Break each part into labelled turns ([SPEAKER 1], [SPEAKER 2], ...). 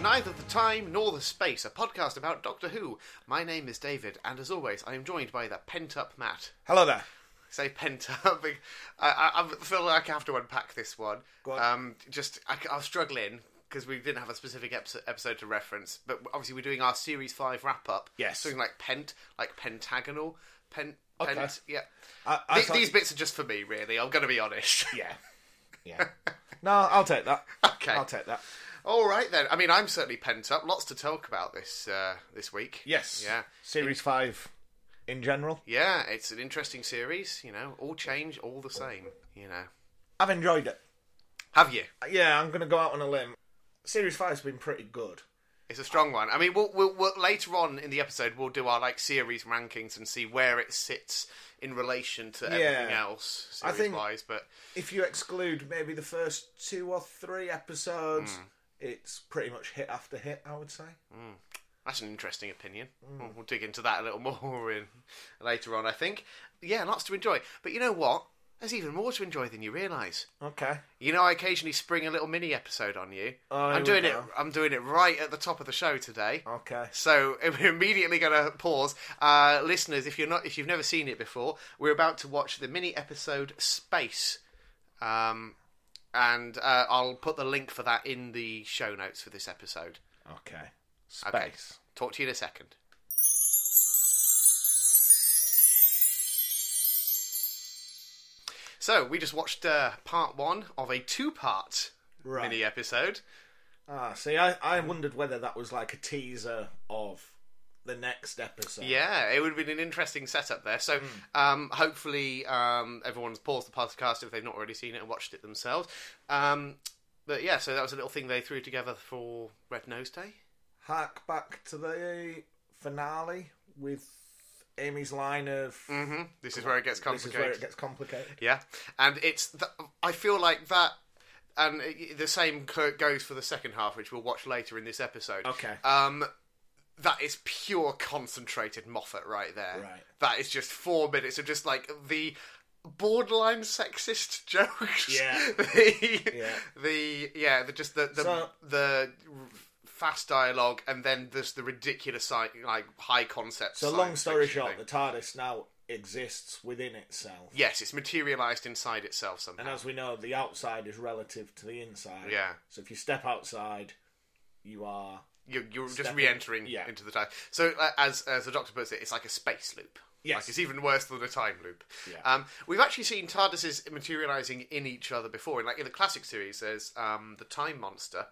[SPEAKER 1] neither the time nor the space, a podcast about Doctor Who. My name is David, and as always, I am joined by the pent up Matt.
[SPEAKER 2] Hello there.
[SPEAKER 1] Say pent up. I, I, I feel like I have to unpack this one.
[SPEAKER 2] Go on.
[SPEAKER 1] Um, just I, I was struggling because we didn't have a specific episode, episode to reference, but obviously we're doing our series five wrap up.
[SPEAKER 2] Yes.
[SPEAKER 1] something like pent, like pentagonal, pent,
[SPEAKER 2] Okay.
[SPEAKER 1] pent. Yeah.
[SPEAKER 2] I- I
[SPEAKER 1] Th-
[SPEAKER 2] thought-
[SPEAKER 1] These bits are just for me, really. I'm going to be honest.
[SPEAKER 2] Yeah. Yeah. no, I'll take that.
[SPEAKER 1] Okay.
[SPEAKER 2] I'll take that.
[SPEAKER 1] All right then. I mean, I'm certainly pent up. Lots to talk about this uh, this week.
[SPEAKER 2] Yes.
[SPEAKER 1] Yeah.
[SPEAKER 2] Series five in general.
[SPEAKER 1] Yeah, it's an interesting series. You know, all change, all the same. You know,
[SPEAKER 2] I've enjoyed it.
[SPEAKER 1] have you?
[SPEAKER 2] Yeah, I'm gonna go out on a limb. Series five's been pretty good.
[SPEAKER 1] It's a strong one. I mean, we'll, we'll, we'll later on in the episode we'll do our like series rankings and see where it sits in relation to everything
[SPEAKER 2] Yeah.
[SPEAKER 1] else
[SPEAKER 2] I
[SPEAKER 1] series
[SPEAKER 2] think-
[SPEAKER 1] wise. But
[SPEAKER 2] If you exclude maybe the first two or three episodes,
[SPEAKER 1] Hmm.
[SPEAKER 2] it's pretty much hit after hit, I would say.
[SPEAKER 1] That's an interesting opinion.
[SPEAKER 2] Mm.
[SPEAKER 1] We'll, we'll dig into that a little more in later on, I think. Yeah, lots to enjoy. But you know what? There's even more to enjoy than you realise.
[SPEAKER 2] Okay.
[SPEAKER 1] You know, I occasionally spring a little mini episode on you.
[SPEAKER 2] Oh, here
[SPEAKER 1] I'm
[SPEAKER 2] we
[SPEAKER 1] doing it.
[SPEAKER 2] go.
[SPEAKER 1] I'm doing it right at the top of the show today.
[SPEAKER 2] Okay.
[SPEAKER 1] So we're immediately going to pause, uh, listeners. If you're not, if you've never seen it before, we're about to watch the mini episode Space, um, and uh, I'll put the link for that in the show notes for this episode.
[SPEAKER 2] Okay. Space.
[SPEAKER 1] Okay. Talk to you in a second. So we just watched uh, part one of a two-part
[SPEAKER 2] Right.
[SPEAKER 1] mini e- episode.
[SPEAKER 2] Ah, see, I, I wondered whether that was like a teaser of the next episode.
[SPEAKER 1] Yeah, it would have been an interesting setup there.
[SPEAKER 2] Hmm.
[SPEAKER 1] So um, hopefully um, everyone's paused the podcast if they've not already seen it and watched it themselves. Um, but yeah, so that was a little thing they threw together for Red Nose Day.
[SPEAKER 2] hark back to the finale with Amy's line of
[SPEAKER 1] hmm This is where it gets
[SPEAKER 2] "This is where
[SPEAKER 1] complicated.
[SPEAKER 2] it gets complicated."
[SPEAKER 1] Yeah, and it's th- I feel like that, and it- the same co- goes for the second half, which we'll watch later in this episode.
[SPEAKER 2] Okay.
[SPEAKER 1] Um, that is pure concentrated Moffat right there.
[SPEAKER 2] Right.
[SPEAKER 1] That is just four minutes of just like the borderline sexist jokes.
[SPEAKER 2] Yeah.
[SPEAKER 1] the,
[SPEAKER 2] Yeah.
[SPEAKER 1] The yeah the just the the,
[SPEAKER 2] So-
[SPEAKER 1] the fast dialogue and then there's the ridiculous sci- like high concept.
[SPEAKER 2] So,
[SPEAKER 1] science
[SPEAKER 2] long story
[SPEAKER 1] fiction
[SPEAKER 2] short,
[SPEAKER 1] thing.
[SPEAKER 2] the TARDIS now exists within itself,
[SPEAKER 1] yes, it's materialized inside itself somehow.
[SPEAKER 2] and as we know, the outside is relative to the inside.
[SPEAKER 1] Yeah.
[SPEAKER 2] So if you step outside, you are
[SPEAKER 1] you're, you're just
[SPEAKER 2] Stepping-
[SPEAKER 1] re-entering
[SPEAKER 2] yeah.
[SPEAKER 1] into the time. So, uh, as as the Doctor puts it, it's like a space loop.
[SPEAKER 2] Yes.
[SPEAKER 1] like it's even worse than a time loop.
[SPEAKER 2] Yeah.
[SPEAKER 1] Um, we've actually seen TARDISes materializing in each other before. In like in the classic series, there's um, the Time Monster,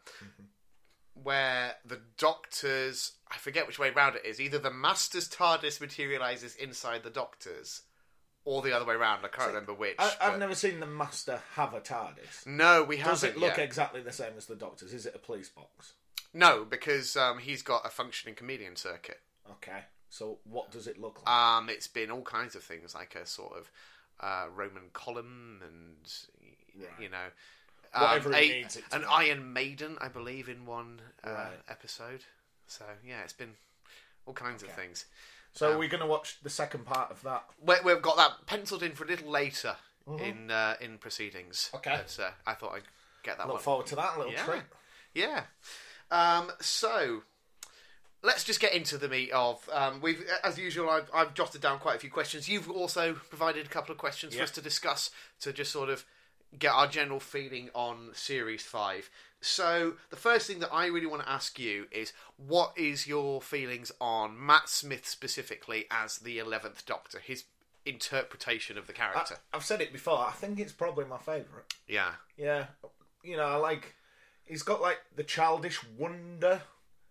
[SPEAKER 2] Mm-hmm.
[SPEAKER 1] where the Doctor's I forget which way round it is. Either the Master's TARDIS materializes inside the Doctor's, or the other way round. I can't remember which.
[SPEAKER 2] I, I've
[SPEAKER 1] but-
[SPEAKER 2] never seen the Master have a TARDIS.
[SPEAKER 1] No, we haven't.
[SPEAKER 2] Does it look
[SPEAKER 1] yet.
[SPEAKER 2] exactly the same as the Doctor's? Is it a police box?
[SPEAKER 1] No, because um, he's got a functioning chameleon circuit.
[SPEAKER 2] Okay. So what does it look like?
[SPEAKER 1] Um, it's been all kinds of things, like a sort of uh, Roman column, and y
[SPEAKER 2] Right.
[SPEAKER 1] you know, um,
[SPEAKER 2] Whatever it
[SPEAKER 1] a-
[SPEAKER 2] needs it to
[SPEAKER 1] an
[SPEAKER 2] be.
[SPEAKER 1] Iron Maiden, I believe, in one uh,
[SPEAKER 2] Right.
[SPEAKER 1] episode. So yeah, it's been all kinds of things.
[SPEAKER 2] so
[SPEAKER 1] um,
[SPEAKER 2] we're going to watch the second part of that.
[SPEAKER 1] we we've got that penciled in for a little later in uh, in proceedings.
[SPEAKER 2] Mm-hmm. Okay.
[SPEAKER 1] but, uh, I thought I'd get that
[SPEAKER 2] Look
[SPEAKER 1] one.
[SPEAKER 2] forward to that little
[SPEAKER 1] Yeah.
[SPEAKER 2] treat.
[SPEAKER 1] Yeah. Um, so let's just get into the meat of. Um, we've, as usual, I've, I've jotted down quite a few questions. You've also provided a couple of questions for
[SPEAKER 2] Yeah.
[SPEAKER 1] us to discuss to just sort of get our general feeling on series five. So the first thing that I really want to ask you is, what is your feelings on Matt Smith specifically as the Eleventh Doctor? His interpretation of the character.
[SPEAKER 2] I, have said it before. I think it's probably my favourite.
[SPEAKER 1] yeah.
[SPEAKER 2] Yeah, you know, I like. He's got like the childish wonder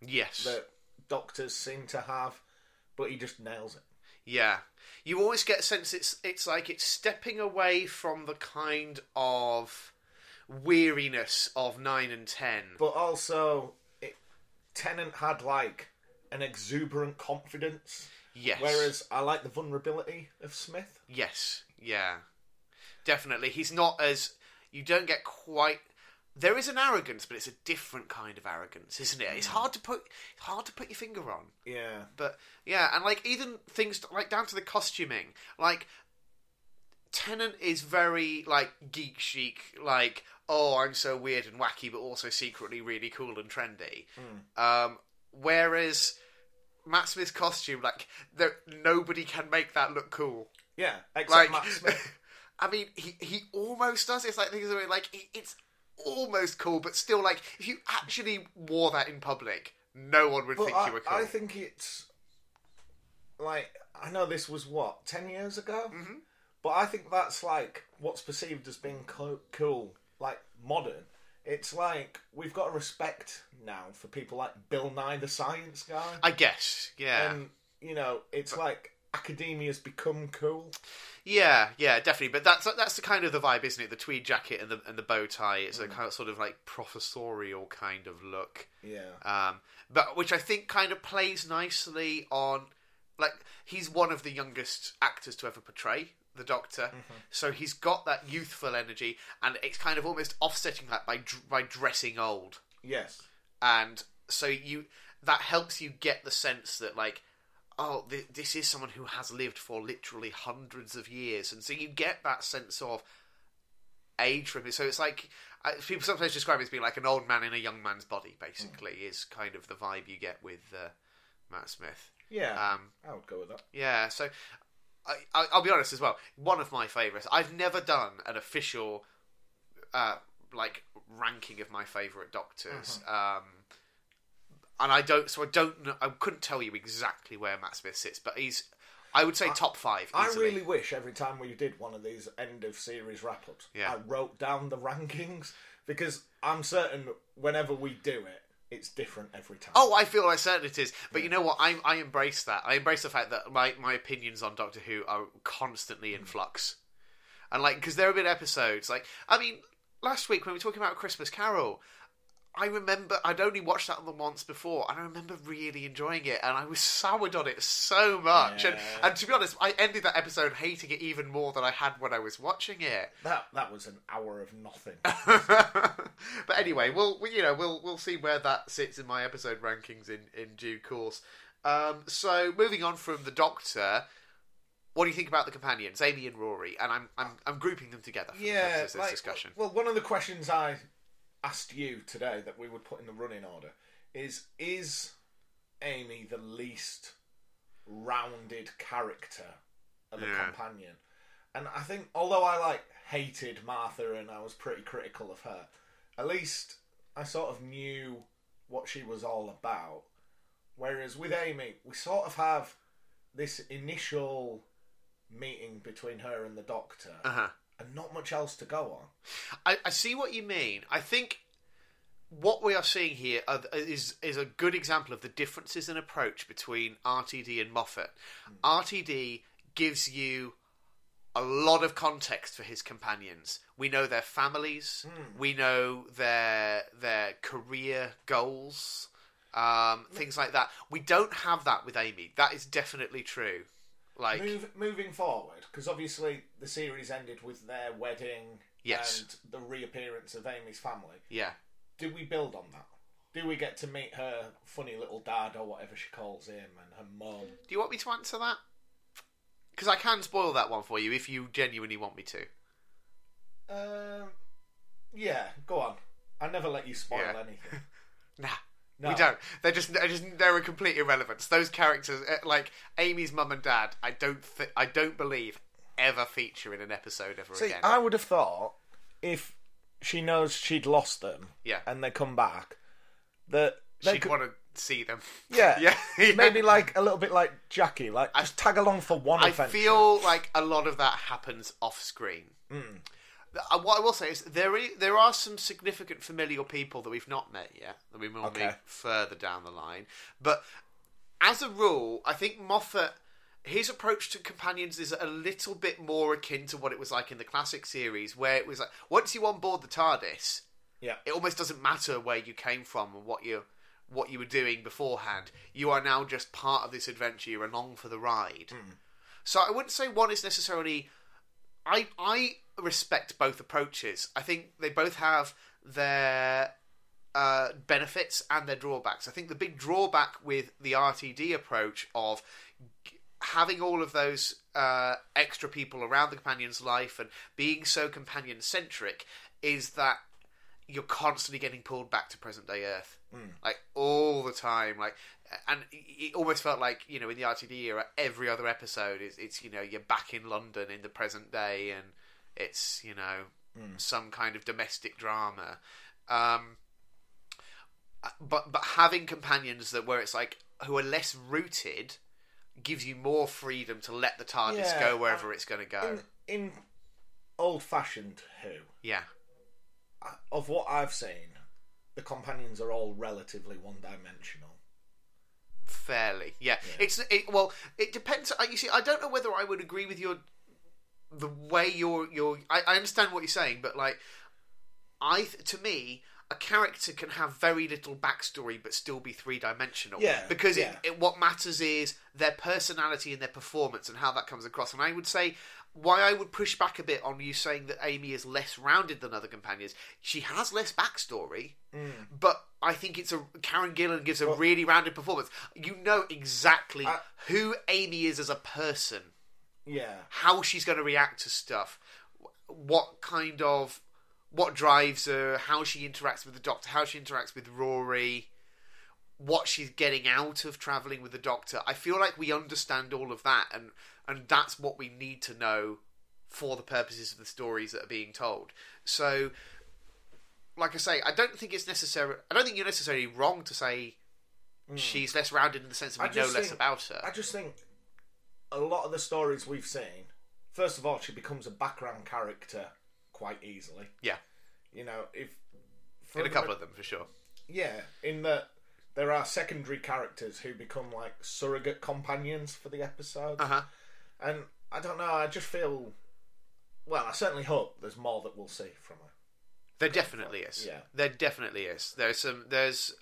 [SPEAKER 1] Yes.
[SPEAKER 2] that doctors seem to have, but he just nails it.
[SPEAKER 1] Yeah, you always get a sense it's it's like it's stepping away from the kind of weariness of nine and ten.
[SPEAKER 2] But also, it, Tennant had like an exuberant confidence,
[SPEAKER 1] yes,
[SPEAKER 2] whereas I like the vulnerability of Smith.
[SPEAKER 1] yes, yeah, definitely. He's not as you don't get quite. There is an arrogance, but it's a different kind of arrogance, isn't it? It's hard to put hard to put your finger on.
[SPEAKER 2] Yeah,
[SPEAKER 1] But yeah, and like even things like down to the costuming, like Tennant is very like geek chic, like oh, I'm so weird and wacky, but also secretly really cool and trendy.
[SPEAKER 2] Hmm.
[SPEAKER 1] Um, whereas Matt Smith's costume, like, there, nobody can make that look cool.
[SPEAKER 2] Yeah,
[SPEAKER 1] Like,
[SPEAKER 2] except Matt Smith.
[SPEAKER 1] I mean, he, he almost does. It's like things are like he, it's almost cool, but still, like, if you actually wore that in public, no one would
[SPEAKER 2] But
[SPEAKER 1] think
[SPEAKER 2] I,
[SPEAKER 1] you were cool.
[SPEAKER 2] I think it's like I know this was what ten years ago,
[SPEAKER 1] Mm-hmm.
[SPEAKER 2] but I think that's like what's perceived as being co- cool, like modern. It's like we've got to respect now for people like Bill Nye the Science Guy,
[SPEAKER 1] I guess, Ah, yeah,
[SPEAKER 2] and you know, it's like academia's become cool.
[SPEAKER 1] yeah, yeah, definitely. But that's that's the kind of the vibe, isn't it? The tweed jacket and the and the bow tie. It's a kind of sort of like professorial kind of look.
[SPEAKER 2] Yeah,
[SPEAKER 1] um, but which I think kind of plays nicely on like he's one of the youngest actors to ever portray the Doctor, so he's got that youthful energy, and it's kind of almost offsetting that by dr- by dressing old,
[SPEAKER 2] yes,
[SPEAKER 1] and so you that helps you get the sense that like. Oh, th- this is someone who has lived for literally hundreds of years, and so you get that sense of age from it. So it's like I- people sometimes describe it as being like an old man in a young man's body. Basically, is kind of the vibe you get with uh, Matt Smith.
[SPEAKER 2] yeah.
[SPEAKER 1] Um,
[SPEAKER 2] I would go with that.
[SPEAKER 1] yeah. So I, I, I'll be honest as well. One of my favourites. I've never done an official uh, like ranking of my favourite Doctors.
[SPEAKER 2] Mm-hmm.
[SPEAKER 1] Um, and I don't, so I don't know, I couldn't tell you exactly where Matt Smith sits, but he's, I would say top five.
[SPEAKER 2] I
[SPEAKER 1] Easily.
[SPEAKER 2] really wish every time we did one of these end of series wrap ups,
[SPEAKER 1] Yeah.
[SPEAKER 2] I wrote down the rankings because I'm certain whenever we do it, it's different every time.
[SPEAKER 1] Oh, I feel like certain it is, but you know what? I I embrace that. I embrace the fact that my my opinions on Doctor Who are constantly in flux, and like because there have been episodes like I mean last week when we were talking about Christmas Carol. I remember I'd only watched that one once before, and I remember really enjoying it, and I was soured on it so much. And,
[SPEAKER 2] Yeah.
[SPEAKER 1] and to be honest, I ended that episode hating it even more than I had when I was watching it.
[SPEAKER 2] That that was an hour of nothing.
[SPEAKER 1] but anyway, we'll we, you know we'll we'll see where that sits in my episode rankings in in due course. Um, so moving on from the Doctor, what do you think about the companions, Amy and Rory? And I'm I'm, I'm grouping them together for the
[SPEAKER 2] yeah,
[SPEAKER 1] purposes of
[SPEAKER 2] like,
[SPEAKER 1] this discussion.
[SPEAKER 2] Well, one of the questions I asked you today that we would put in the running order is: Is Amy the least rounded character of a
[SPEAKER 1] Yeah.
[SPEAKER 2] companion? And I think, although I like hated Martha and I was pretty critical of her, at least I sort of knew what she was all about. Whereas with Amy, we sort of have this initial meeting between her and the doctor
[SPEAKER 1] Uh-huh.
[SPEAKER 2] and not much else to go on.
[SPEAKER 1] I, I see what you mean. I think what we are seeing here are, uh, is is a good example of the differences in approach between RTD and Moffat. RTD gives you a lot of context for his companions. We know their families. We know their their career goals. Um, things like that. We don't have that with Amy. That is definitely true. Like,
[SPEAKER 2] Move, moving forward, because obviously the series ended with their wedding
[SPEAKER 1] Yes.
[SPEAKER 2] and the reappearance of Amy's family.
[SPEAKER 1] yeah.
[SPEAKER 2] Do we build on that? Do we get to meet her funny little dad or whatever she calls him and her mum?
[SPEAKER 1] Do you want me to answer that? Because I can spoil that one for you if you genuinely want me to.
[SPEAKER 2] Um, yeah, go on. I never let you spoil
[SPEAKER 1] Yeah.
[SPEAKER 2] anything.
[SPEAKER 1] Nah,
[SPEAKER 2] No.
[SPEAKER 1] we don't. They're just, they're just they're a complete irrelevance. Those characters, eh, like Amy's mum and dad, I don't, th- I don't believe ever feature in an episode ever
[SPEAKER 2] See,
[SPEAKER 1] again.
[SPEAKER 2] I would have thought if she knows she'd lost them
[SPEAKER 1] Yeah.
[SPEAKER 2] and they come back, that Uh, they
[SPEAKER 1] She'd
[SPEAKER 2] could,
[SPEAKER 1] want to see them.
[SPEAKER 2] yeah,
[SPEAKER 1] Yeah, yeah.
[SPEAKER 2] maybe like a little bit like Jackie, like just tag along for one
[SPEAKER 1] I
[SPEAKER 2] adventure.
[SPEAKER 1] feel like a lot of that happens off screen.
[SPEAKER 2] Hmm.
[SPEAKER 1] Th- uh, What I will say is there i- there are some significant familial people that we've not met yet that we will
[SPEAKER 2] Okay.
[SPEAKER 1] meet further down the line. But as a rule, I think Moffat his approach to companions is a little bit more akin to what it was like in the classic series, where it was like once you on board the TARDIS,
[SPEAKER 2] yeah,
[SPEAKER 1] it almost doesn't matter where you came from and what you what you were doing beforehand. You are now just part of this adventure. You're along for the ride. So I wouldn't say one is necessarily. I I respect both approaches. I think they both have their uh, benefits and their drawbacks. I think the big drawback with the RTD approach of g- having all of those uh, extra people around the companion's life and being so companion centric is that you're constantly getting pulled back to present day Earth,
[SPEAKER 2] Mm.
[SPEAKER 1] like all the time. Like, and it almost felt like you know in the RTD era, every other episode is it's you know you're back in London in the present day, and it's you know
[SPEAKER 2] Mm.
[SPEAKER 1] some kind of domestic drama. Um, uh, but but having companions that where it's like who are less rooted gives you more freedom to let the TARDIS
[SPEAKER 2] Yeah,
[SPEAKER 1] go wherever it's going to go.
[SPEAKER 2] in, in old fashioned Who,
[SPEAKER 1] yeah,
[SPEAKER 2] I- of what I've seen, the companions are all relatively one dimensional.
[SPEAKER 1] fairly. Yeah, it's it, well, it depends. I- You see, I don't know whether I would agree with your the way you're you're. I, I understand what you're saying, but like, I th- to me. A character can have very little backstory, but still be three dimensional.
[SPEAKER 2] Yeah,
[SPEAKER 1] because
[SPEAKER 2] yeah.
[SPEAKER 1] It, it, what matters is their personality and their performance and how that comes across. And I would say why I would push back a bit on you saying that Amy is less rounded than other companions. She has less backstory,
[SPEAKER 2] Mm.
[SPEAKER 1] but I think it's a Karen Gillan gives a really rounded performance. You know exactly
[SPEAKER 2] I-
[SPEAKER 1] who Amy is as a person,
[SPEAKER 2] Yeah.
[SPEAKER 1] how she's going to react to stuff, wh- what kind of what drives her, how she interacts with the doctor, how she interacts with Rory, what she's getting out of traveling with the doctor. I feel like we understand all of that and and that's what we need to know for the purposes of the stories that are being told. So like I say, I don't think it's necessary. I don't think you're necessarily wrong to say she's less rounded in the sense that
[SPEAKER 2] Hmm. I
[SPEAKER 1] we know
[SPEAKER 2] just
[SPEAKER 1] less
[SPEAKER 2] think-
[SPEAKER 1] about her.
[SPEAKER 2] I just think a lot of the stories we've seen, first of all, she becomes a background character quite easily.
[SPEAKER 1] yeah,
[SPEAKER 2] You know, if for
[SPEAKER 1] in a couple of them for sure.
[SPEAKER 2] yeah, in that there are secondary characters who become like surrogate companions for the episode,
[SPEAKER 1] Uh huh.
[SPEAKER 2] and I don't know. I just feel, well, I certainly hope there's more that we'll see from her.
[SPEAKER 1] There definitely is.
[SPEAKER 2] Yeah.
[SPEAKER 1] There definitely is. There's some. There's.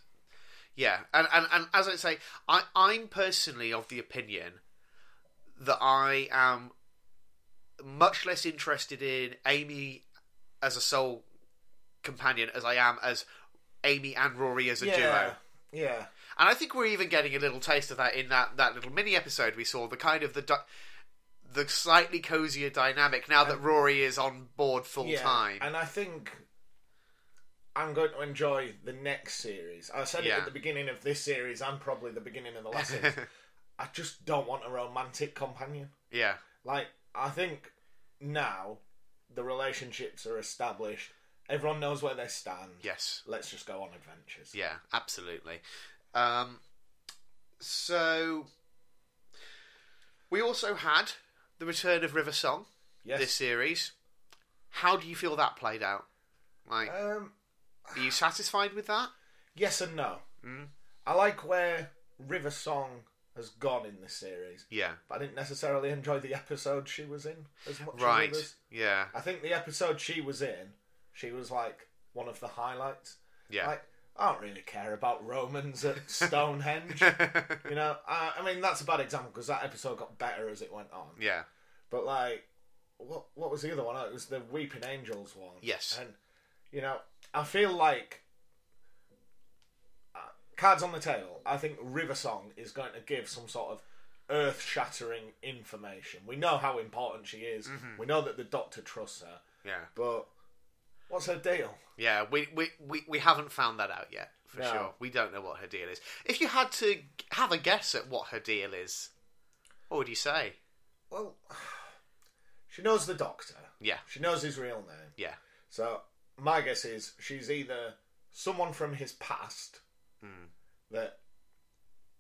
[SPEAKER 1] Yeah, and and, and as I say, I I'm personally of the opinion that I am much less interested in Amy as a sole companion as I am as Amy and Rory as a duo.
[SPEAKER 2] Yeah,
[SPEAKER 1] And I think we're even getting a little taste of that in that, that little mini episode we saw. The kind of the du- the slightly cozier dynamic now that Rory is on board full
[SPEAKER 2] yeah.
[SPEAKER 1] time.
[SPEAKER 2] And I think I'm going to enjoy the next series. I said it
[SPEAKER 1] Yeah.
[SPEAKER 2] at the beginning of this series and probably the beginning of the last series. I just don't want a romantic companion.
[SPEAKER 1] yeah,
[SPEAKER 2] Like, I think now the relationships are established. Everyone knows where they stand.
[SPEAKER 1] yes,
[SPEAKER 2] Let's just go on adventures.
[SPEAKER 1] yeah, absolutely. Um, so we also had the return of River Song
[SPEAKER 2] Yes.
[SPEAKER 1] this series. How do you feel that played out? Like,
[SPEAKER 2] Um,
[SPEAKER 1] are you satisfied with that?
[SPEAKER 2] yes and no.
[SPEAKER 1] Mm.
[SPEAKER 2] I like where River Song has gone in this series,
[SPEAKER 1] Yeah,
[SPEAKER 2] but I didn't necessarily enjoy the episode she was in as much
[SPEAKER 1] right.
[SPEAKER 2] as others.
[SPEAKER 1] Yeah,
[SPEAKER 2] I think the episode she was in, she was like one of the highlights.
[SPEAKER 1] yeah.
[SPEAKER 2] Like, I don't really care about Romans at Stonehenge. You know, I, I mean that's a bad example because that episode got better as it went on.
[SPEAKER 1] yeah.
[SPEAKER 2] But like, what what was the other one? Oh, it was the Weeping Angels one.
[SPEAKER 1] Yes.
[SPEAKER 2] And you know, I feel like uh, cards on the table. I think River Song is going to give some sort of earth-shattering information. We know how important she is. We know that the Doctor trusts her,
[SPEAKER 1] Yeah,
[SPEAKER 2] but what's her deal?
[SPEAKER 1] yeah. We we, we, we haven't found that out yet for
[SPEAKER 2] No.
[SPEAKER 1] sure. We don't know what her deal is. If you had to g- have a guess at what her deal is, what would you say?
[SPEAKER 2] Well, she knows the Doctor.
[SPEAKER 1] Yeah,
[SPEAKER 2] She knows his real name.
[SPEAKER 1] yeah,
[SPEAKER 2] So my guess is she's either someone from his past
[SPEAKER 1] Hmm.
[SPEAKER 2] that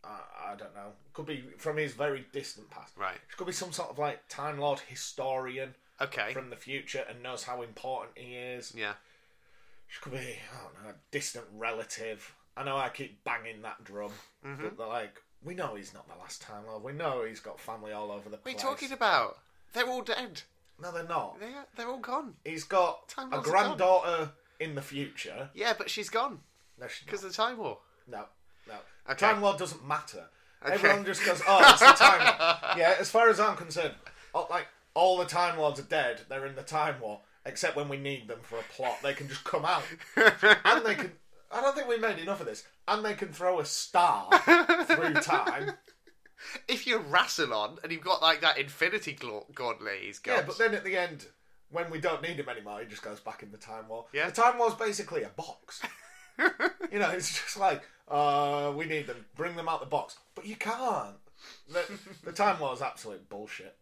[SPEAKER 2] I, I don't know could be from his very distant past.
[SPEAKER 1] right,
[SPEAKER 2] She could be some sort of like Time Lord historian
[SPEAKER 1] okay,
[SPEAKER 2] from the future and knows how important he is.
[SPEAKER 1] yeah,
[SPEAKER 2] She could be I don't know a distant relative. I know I keep banging that drum,
[SPEAKER 1] Mm-hmm.
[SPEAKER 2] but they're like we know he's not the last Time Lord. We know he's got family all over the
[SPEAKER 1] What are
[SPEAKER 2] place.
[SPEAKER 1] you talking about? They're all dead.
[SPEAKER 2] No, they're not.
[SPEAKER 1] They they're all gone.
[SPEAKER 2] He's got
[SPEAKER 1] Time
[SPEAKER 2] a
[SPEAKER 1] Lords are gone.
[SPEAKER 2] granddaughter in the future.
[SPEAKER 1] Yeah, but she's gone
[SPEAKER 2] No, she's not.
[SPEAKER 1] because of the time war.
[SPEAKER 2] No, no.
[SPEAKER 1] Okay.
[SPEAKER 2] Time Lord doesn't matter.
[SPEAKER 1] Okay.
[SPEAKER 2] Everyone just goes, oh, it's the Time Lord. yeah, as far as I'm concerned, all, like all the Time Lords are dead. They're in the Time War, except when we need them for a plot. They can just come out, and they can. I don't think we made enough of this. And they can throw a star through time.
[SPEAKER 1] If you're Rassilon and you've got like that Infinity Gauntlet, he's gone.
[SPEAKER 2] Yeah, but then at the end, when we don't need him anymore, he just goes back in the Time War.
[SPEAKER 1] Yeah.
[SPEAKER 2] The Time War's basically a box. you know, it's just like, uh, we need them, bring them out the box. But you can't. The, the Time War's absolute bullshit.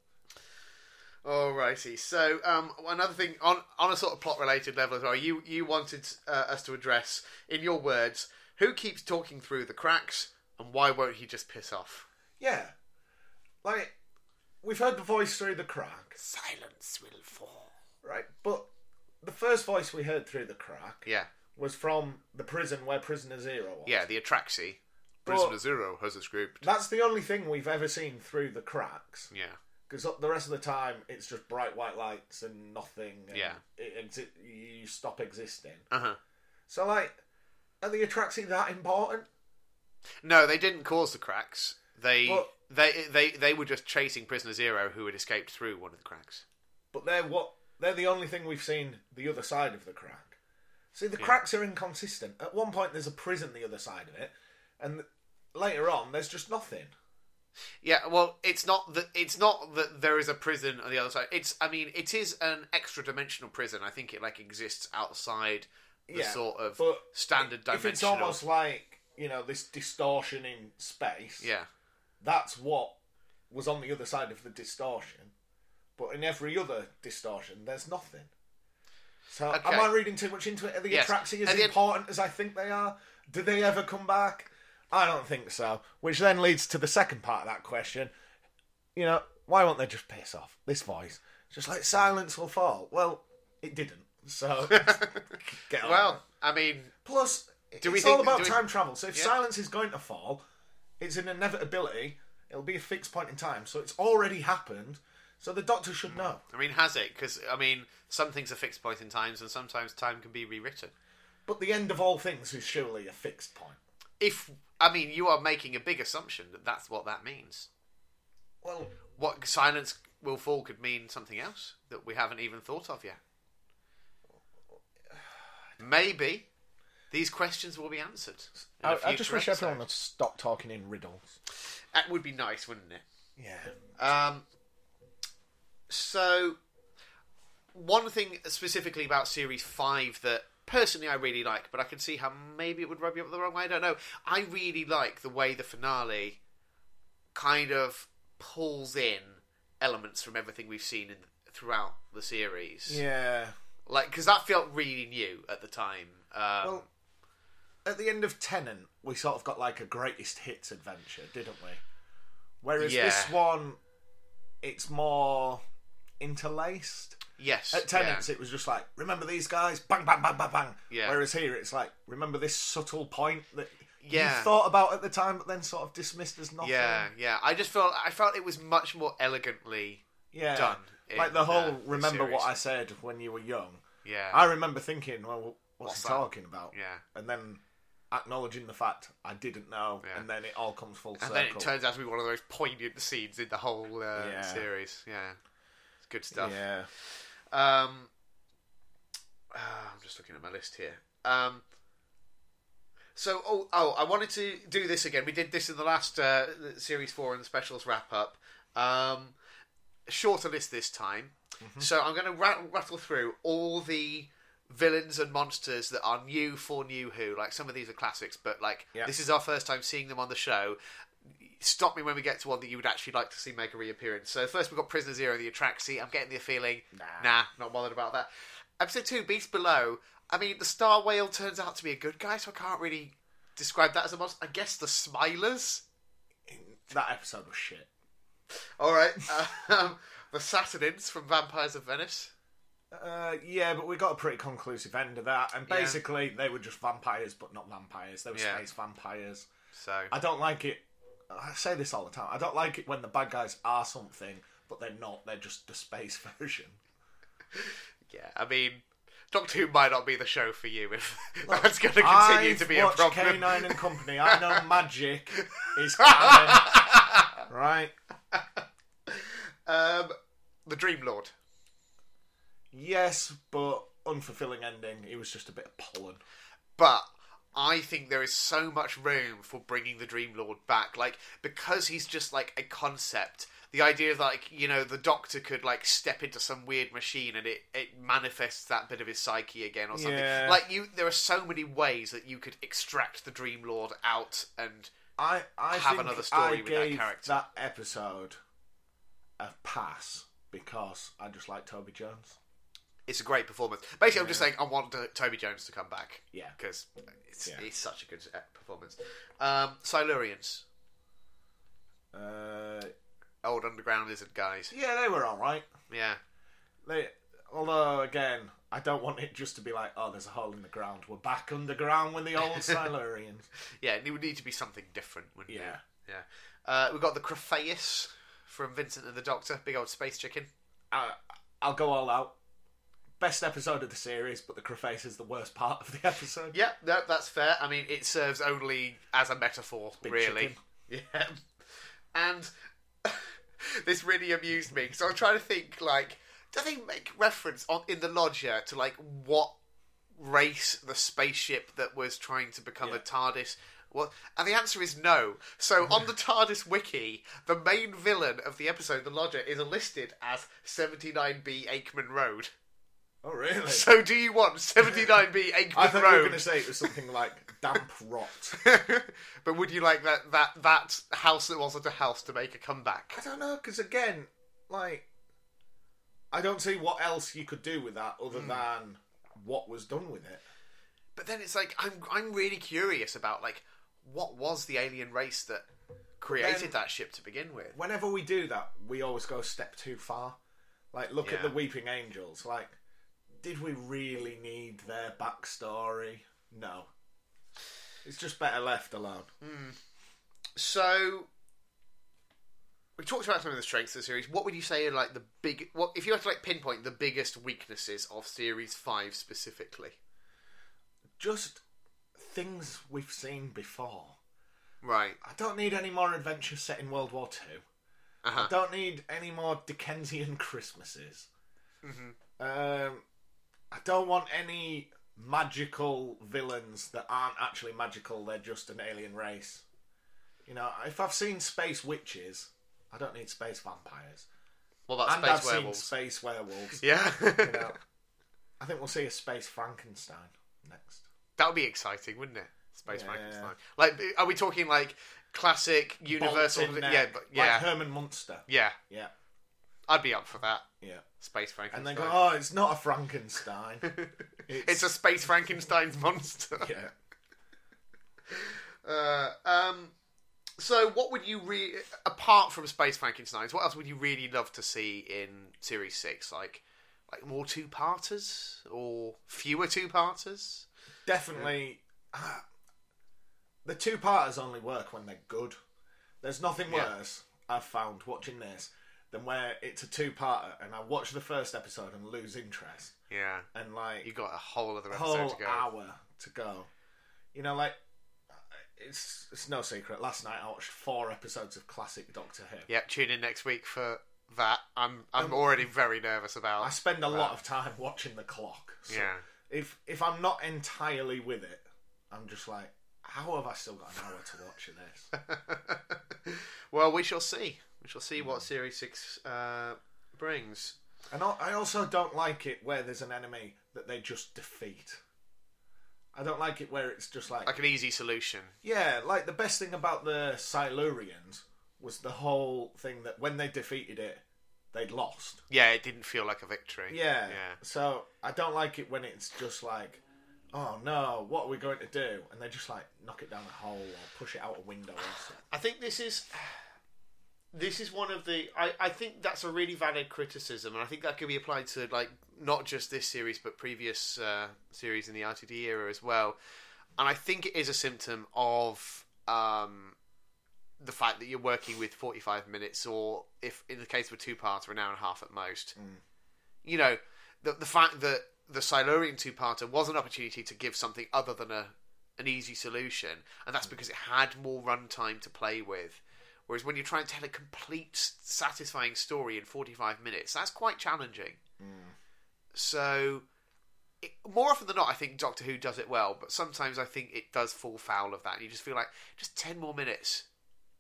[SPEAKER 1] Alrighty. Oh, So um, another thing on on a sort of plot related level as well. You you wanted uh, us to address in your words who keeps talking through the cracks and why won't he just piss off?
[SPEAKER 2] Yeah. Like, we've heard the voice through the crack,
[SPEAKER 1] Silence will fall.
[SPEAKER 2] right? But the first voice we heard through the crack
[SPEAKER 1] Yeah.
[SPEAKER 2] was from the prison where Prisoner Zero was.
[SPEAKER 1] Yeah. The Atraxi.
[SPEAKER 2] But-
[SPEAKER 1] Prisoner Zero has escaped.
[SPEAKER 2] That's the only thing we've ever seen through the cracks.
[SPEAKER 1] Yeah.
[SPEAKER 2] because the rest of the time it's just bright white lights and nothing. And
[SPEAKER 1] Yeah.
[SPEAKER 2] it exi- you stop existing.
[SPEAKER 1] Uh huh.
[SPEAKER 2] So like, are the attraction that important?
[SPEAKER 1] No, they didn't cause the cracks. They
[SPEAKER 2] But-
[SPEAKER 1] they they they were just chasing Prisoner Zero, who had escaped through one of the cracks.
[SPEAKER 2] But they're what they're the only thing we've seen the other side of the crack. See, the
[SPEAKER 1] Yeah.
[SPEAKER 2] cracks are inconsistent. At one point, there's a prison the other side of it, and later on, there's just nothing.
[SPEAKER 1] Yeah, well, it's not that it's not that there is a prison on the other side. It's I mean, it is an extra dimensional prison. I think it like exists outside the
[SPEAKER 2] Yeah,
[SPEAKER 1] sort of
[SPEAKER 2] but
[SPEAKER 1] standard
[SPEAKER 2] If
[SPEAKER 1] dimensional.
[SPEAKER 2] it's almost like you know this distortion in space,
[SPEAKER 1] yeah,
[SPEAKER 2] that's what was on the other side of the distortion. But in every other distortion, there's nothing. So
[SPEAKER 1] Okay.
[SPEAKER 2] am I reading too much into it? Are the
[SPEAKER 1] Yes.
[SPEAKER 2] Atraxi as
[SPEAKER 1] At the end-
[SPEAKER 2] important as I think they are? Do they ever come back? I don't think so. Which then leads to the second part of that question. You know, why won't they just piss off? This voice. Just like silence will fall. Well, it didn't. So get on.
[SPEAKER 1] well, I mean,
[SPEAKER 2] Plus,
[SPEAKER 1] Do we
[SPEAKER 2] it's
[SPEAKER 1] think-
[SPEAKER 2] all about
[SPEAKER 1] do we-
[SPEAKER 2] time travel. So if
[SPEAKER 1] Yeah.
[SPEAKER 2] silence is going to fall, it's an inevitability. It'll be a fixed point in time. So it's already happened. So the Doctor should know.
[SPEAKER 1] I mean, has it? Because I mean, some things are fixed point in times, and sometimes time can be rewritten.
[SPEAKER 2] But the end of all things is surely a fixed point.
[SPEAKER 1] If I mean, you are making a big assumption that that's what that means.
[SPEAKER 2] Well,
[SPEAKER 1] What silence will fall could mean something else that we haven't even thought of yet. Maybe these questions will be answered. in a
[SPEAKER 2] I, I
[SPEAKER 1] future
[SPEAKER 2] just wish
[SPEAKER 1] episode.
[SPEAKER 2] everyone would stop talking in riddles.
[SPEAKER 1] That would be nice, wouldn't it?
[SPEAKER 2] Yeah.
[SPEAKER 1] Um, so, one thing specifically about Series 5 that personally I really like, but I can see how maybe it would rub you up the wrong way, I don't know. I really like the way the finale kind of pulls in elements from everything we've seen in, throughout the series.
[SPEAKER 2] Yeah.
[SPEAKER 1] Like, because that felt really new at the time. Um,
[SPEAKER 2] Well, at the end of Tenant, we sort of got like a greatest hits adventure, didn't we? Whereas
[SPEAKER 1] Yeah.
[SPEAKER 2] this one, it's more interlaced.
[SPEAKER 1] yes.
[SPEAKER 2] At Tenants, it was just like, remember these guys? Bang, bang, bang, bang, bang.
[SPEAKER 1] Yeah.
[SPEAKER 2] Whereas here, it's like, remember this subtle point that
[SPEAKER 1] Yeah.
[SPEAKER 2] you thought about at the time, but then sort of dismissed as nothing.
[SPEAKER 1] Yeah, yeah. I just felt I felt it was much more elegantly
[SPEAKER 2] yeah.
[SPEAKER 1] done.
[SPEAKER 2] Like
[SPEAKER 1] in,
[SPEAKER 2] the whole
[SPEAKER 1] uh,
[SPEAKER 2] remember what I
[SPEAKER 1] series.
[SPEAKER 2] said when you were young.
[SPEAKER 1] yeah
[SPEAKER 2] I remember thinking, well, what's,
[SPEAKER 1] What's
[SPEAKER 2] he
[SPEAKER 1] that?
[SPEAKER 2] talking about?
[SPEAKER 1] yeah.
[SPEAKER 2] And then acknowledging the fact I didn't know,
[SPEAKER 1] Yeah.
[SPEAKER 2] and then it all comes full
[SPEAKER 1] And
[SPEAKER 2] circle.
[SPEAKER 1] then it turns out to be one of the most poignant scenes in the whole uh,
[SPEAKER 2] Yeah.
[SPEAKER 1] series. Yeah, it's good stuff.
[SPEAKER 2] Yeah.
[SPEAKER 1] Um, ah, I'm just looking at my list here. Um, so, oh, oh, I wanted to do this again. We did this in the last uh, series four and the specials wrap up. Um, shorter list this time. So I'm going to rat- rattle through all the villains and monsters that are new for New Who. Like some of these are classics, but like
[SPEAKER 2] Yeah.
[SPEAKER 1] this is our first time seeing them on the show. Stop me when we get to one that you would actually like to see make a reappearance. So first we've got Prisoner Zero, the Atraxi. I'm getting the feeling, nah, not bothered about that. Episode two, Beast Below. I mean, the Star Whale turns out to be a good guy, so I can't really describe that as a monster. I guess the Smilers.
[SPEAKER 2] That episode was shit.
[SPEAKER 1] All right, um, the Saturnins from Vampires of Venice.
[SPEAKER 2] Uh, yeah, but we got a pretty conclusive end of that, and
[SPEAKER 1] Yeah.
[SPEAKER 2] basically they were just vampires, but not vampires. They were
[SPEAKER 1] Yeah.
[SPEAKER 2] space vampires.
[SPEAKER 1] So
[SPEAKER 2] I don't like it. I say this all the time. I don't like it when the bad guys are something, but they're not. They're just the space version.
[SPEAKER 1] yeah, I mean, Doctor Who might not be the show for you if that's going to continue
[SPEAKER 2] I've
[SPEAKER 1] to be a
[SPEAKER 2] watched
[SPEAKER 1] problem.
[SPEAKER 2] K9 and Company. I know magic is canon, right?
[SPEAKER 1] um, the Dream Lord.
[SPEAKER 2] Yes, but unfulfilling ending. It was just a bit of pollen.
[SPEAKER 1] But I think there is so much room for bringing the Dream Lord back, like because he's just like a concept. The idea of like you know the Doctor could like step into some weird machine and it it manifests that bit of his psyche again or something.
[SPEAKER 2] Yeah.
[SPEAKER 1] Like you, there are so many ways that you could extract the Dream Lord out and
[SPEAKER 2] I, I
[SPEAKER 1] Have
[SPEAKER 2] think
[SPEAKER 1] another story
[SPEAKER 2] I
[SPEAKER 1] with that
[SPEAKER 2] gave
[SPEAKER 1] character.
[SPEAKER 2] That episode a pass because I just like Toby Jones.
[SPEAKER 1] it's a great performance. Basically, I'm just saying I want uh, Toby Jones to come back
[SPEAKER 2] Yeah.
[SPEAKER 1] because it's,
[SPEAKER 2] Yeah.
[SPEAKER 1] it's such a good uh, performance. Um, Silurians,
[SPEAKER 2] Uh,
[SPEAKER 1] old underground lizard guys.
[SPEAKER 2] yeah, they were all right.
[SPEAKER 1] Yeah,
[SPEAKER 2] They, although again, I don't want it just to be like, oh, there's a hole in the ground. We're back underground with the old Silurians.
[SPEAKER 1] yeah. It would need to be something different, wouldn't
[SPEAKER 2] Yeah.
[SPEAKER 1] it? Yeah. Uh, we've got the Crephaeus from Vincent and the Doctor, big old space chicken.
[SPEAKER 2] I, I'll go all out. Best episode of the series, but the Creface is the worst part of the episode.
[SPEAKER 1] Yeah, no, that's fair. I mean, it serves only as a metaphor,
[SPEAKER 2] Big
[SPEAKER 1] really. Yeah. And this really amused me because I was trying to think, like, do they make reference on in the lodger to like what race the spaceship that was trying to become a
[SPEAKER 2] Yeah.
[SPEAKER 1] TARDIS? What? And the answer is no. So on the TARDIS wiki, the main villain of the episode, the lodger, is listed as 79B Aikman Road.
[SPEAKER 2] Oh, really?
[SPEAKER 1] So do you want 79B Aikman
[SPEAKER 2] I thought
[SPEAKER 1] Road?
[SPEAKER 2] you were going to say it was something like damp rot.
[SPEAKER 1] but would you like that that that house that wasn't a house to make a comeback?
[SPEAKER 2] I don't know, because again, like, I don't see what else you could do with that other than what was done with it.
[SPEAKER 1] But then it's like I'm I'm really curious about like what was the alien race that created
[SPEAKER 2] Then-
[SPEAKER 1] that ship to begin with?
[SPEAKER 2] Whenever we do that, we always go a step too far. Like, look at
[SPEAKER 1] Yeah.
[SPEAKER 2] the Weeping Angels. Like, did we really need their backstory? No. It's just better left alone.
[SPEAKER 1] So we talked about some of the strengths of the series. What would you say are like the big what if you had to like pinpoint the biggest weaknesses of series 5 specifically?
[SPEAKER 2] Just things we've seen before.
[SPEAKER 1] Right.
[SPEAKER 2] I don't need any more adventures set in World War Two.
[SPEAKER 1] Uh-huh.
[SPEAKER 2] I don't need any more Dickensian Christmases.
[SPEAKER 1] Mm-hmm.
[SPEAKER 2] Um, I don't want any magical villains that aren't actually magical. They're just an alien race. You know, if I've seen space witches, I don't need space vampires.
[SPEAKER 1] Well, that's
[SPEAKER 2] and I've
[SPEAKER 1] space werewolves.
[SPEAKER 2] seen space werewolves.
[SPEAKER 1] yeah.
[SPEAKER 2] you know, I think we'll see a space Frankenstein next.
[SPEAKER 1] That would be exciting, wouldn't it? Space
[SPEAKER 2] Yeah.
[SPEAKER 1] Frankenstein. Like, are we talking like classic Universal?
[SPEAKER 2] Bolton neck,
[SPEAKER 1] yeah, but, yeah,
[SPEAKER 2] like Herman Munster.
[SPEAKER 1] yeah.
[SPEAKER 2] Yeah,
[SPEAKER 1] I'd be up for that.
[SPEAKER 2] yeah.
[SPEAKER 1] Space
[SPEAKER 2] And
[SPEAKER 1] Frankenstein.
[SPEAKER 2] they go, oh, it's not a Frankenstein.
[SPEAKER 1] it's a space Frankenstein's monster.
[SPEAKER 2] yeah.
[SPEAKER 1] Uh, um, so, what would you re apart from Space Frankenstein's? What else would you really love to see in Series Six? Like, like more two parters or fewer two parters?
[SPEAKER 2] definitely ah, the two parters only work when they're good. There's nothing
[SPEAKER 1] Yeah.
[SPEAKER 2] worse I've found watching this than where it's a two parter and I watch the first episode and lose interest
[SPEAKER 1] Yeah,
[SPEAKER 2] and like
[SPEAKER 1] you got a whole other
[SPEAKER 2] a
[SPEAKER 1] episode
[SPEAKER 2] whole
[SPEAKER 1] to go.
[SPEAKER 2] hour to go. You know, like it's it's no secret. Last night I watched four episodes of classic Doctor Who.
[SPEAKER 1] Yeah, tune in next week for that. I'm I'm already very nervous about.
[SPEAKER 2] Um, I spend a lot of time watching the clock. So
[SPEAKER 1] Yeah.
[SPEAKER 2] if if I'm not entirely with it, I'm just like, how have I still got an hour to watch of this?
[SPEAKER 1] well, we shall see. We shall see
[SPEAKER 2] Mm.
[SPEAKER 1] what Series 6 uh, brings.
[SPEAKER 2] And al- I also don't like it where there's an enemy that they just defeat. I don't like it where it's just like,
[SPEAKER 1] Like an easy solution.
[SPEAKER 2] yeah, like the best thing about the Silurians was the whole thing that when they defeated it, they'd lost.
[SPEAKER 1] Yeah, it didn't feel like a victory.
[SPEAKER 2] Yeah.
[SPEAKER 1] Yeah.
[SPEAKER 2] So I don't like it when it's just like, oh no, what are we going to do? And they just like knock it down a hole or push it out a window or something.
[SPEAKER 1] I think this is. This is one of the. I, I think that's a really valid criticism, and I think that could be applied to like not just this series, but previous uh, series in the RTD era as well. And I think it is a symptom of um, the fact that you're working with 45 minutes, or if in the case of a two parter, an hour and a half at most. You know, the the fact that the Silurian two parter was an opportunity to give something other than a an easy solution, and that's because it had more runtime to play with. Whereas when you try and tell a complete, s-
[SPEAKER 2] Mm.
[SPEAKER 1] satisfying story in 45 minutes, that's quite challenging. So it, more often than not, I think Doctor Who does it well, but sometimes I think it does fall foul of that. You just feel like just ten more minutes,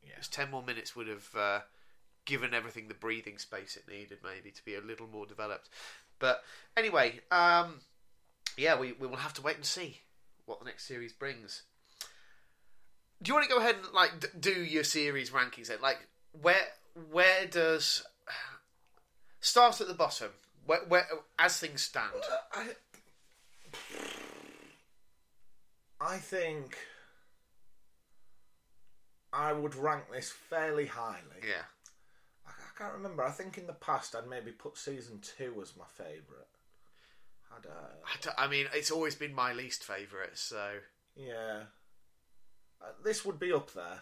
[SPEAKER 2] Yeah.
[SPEAKER 1] just ten more minutes would have uh, given everything the breathing space it needed, maybe to be a little more developed. But anyway, um, yeah, we we will have to wait and see what the next series brings. Do you want to go ahead and like d- do your series rankings? Then, like where where does start at the bottom? Where, where as things stand?
[SPEAKER 2] I, I think I would rank this fairly highly.
[SPEAKER 1] Yeah.
[SPEAKER 2] I, I can't remember. I think in the past I'd maybe put season two as my favourite. Had uh,
[SPEAKER 1] I, don't- I mean, it's always been my least favourite, so.
[SPEAKER 2] yeah. Uh, this would be up there.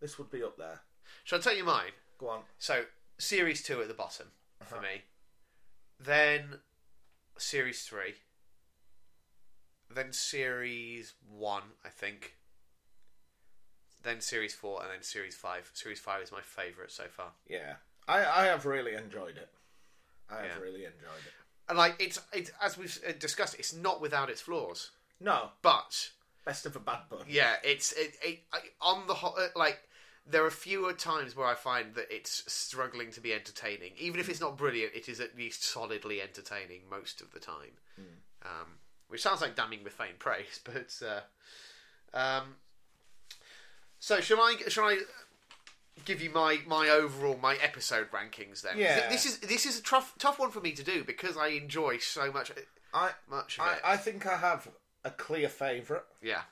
[SPEAKER 2] This would be up there.
[SPEAKER 1] Shall I tell you mine?
[SPEAKER 2] Go on.
[SPEAKER 1] So, Series 2 at the bottom for
[SPEAKER 2] Uh-huh.
[SPEAKER 1] me. Then, Series 3. Then, Series 1, I think. Then, Series 4, and then Series 5. Series 5 is my favourite so far.
[SPEAKER 2] Yeah, I I have really enjoyed it. I have
[SPEAKER 1] Yeah.
[SPEAKER 2] really enjoyed it.
[SPEAKER 1] And, like, it's, it's as we've uh, discussed, it's not without its flaws.
[SPEAKER 2] No,
[SPEAKER 1] But
[SPEAKER 2] best of a bad bun.
[SPEAKER 1] Yeah, it's it, it I, on the ho- uh, like there are fewer times where I find that it's struggling to be entertaining. Even if it's not brilliant, it is at least solidly entertaining most of the time.
[SPEAKER 2] Hmm.
[SPEAKER 1] Um, which sounds like damning with faint praise, but uh, um, so shall I shall I give you my my overall my episode rankings then?
[SPEAKER 2] Yeah.
[SPEAKER 1] This is this is a tough tough one for me to do because I enjoy so much
[SPEAKER 2] I
[SPEAKER 1] much of
[SPEAKER 2] I,
[SPEAKER 1] it.
[SPEAKER 2] I think I have a clear favourite.
[SPEAKER 1] yeah.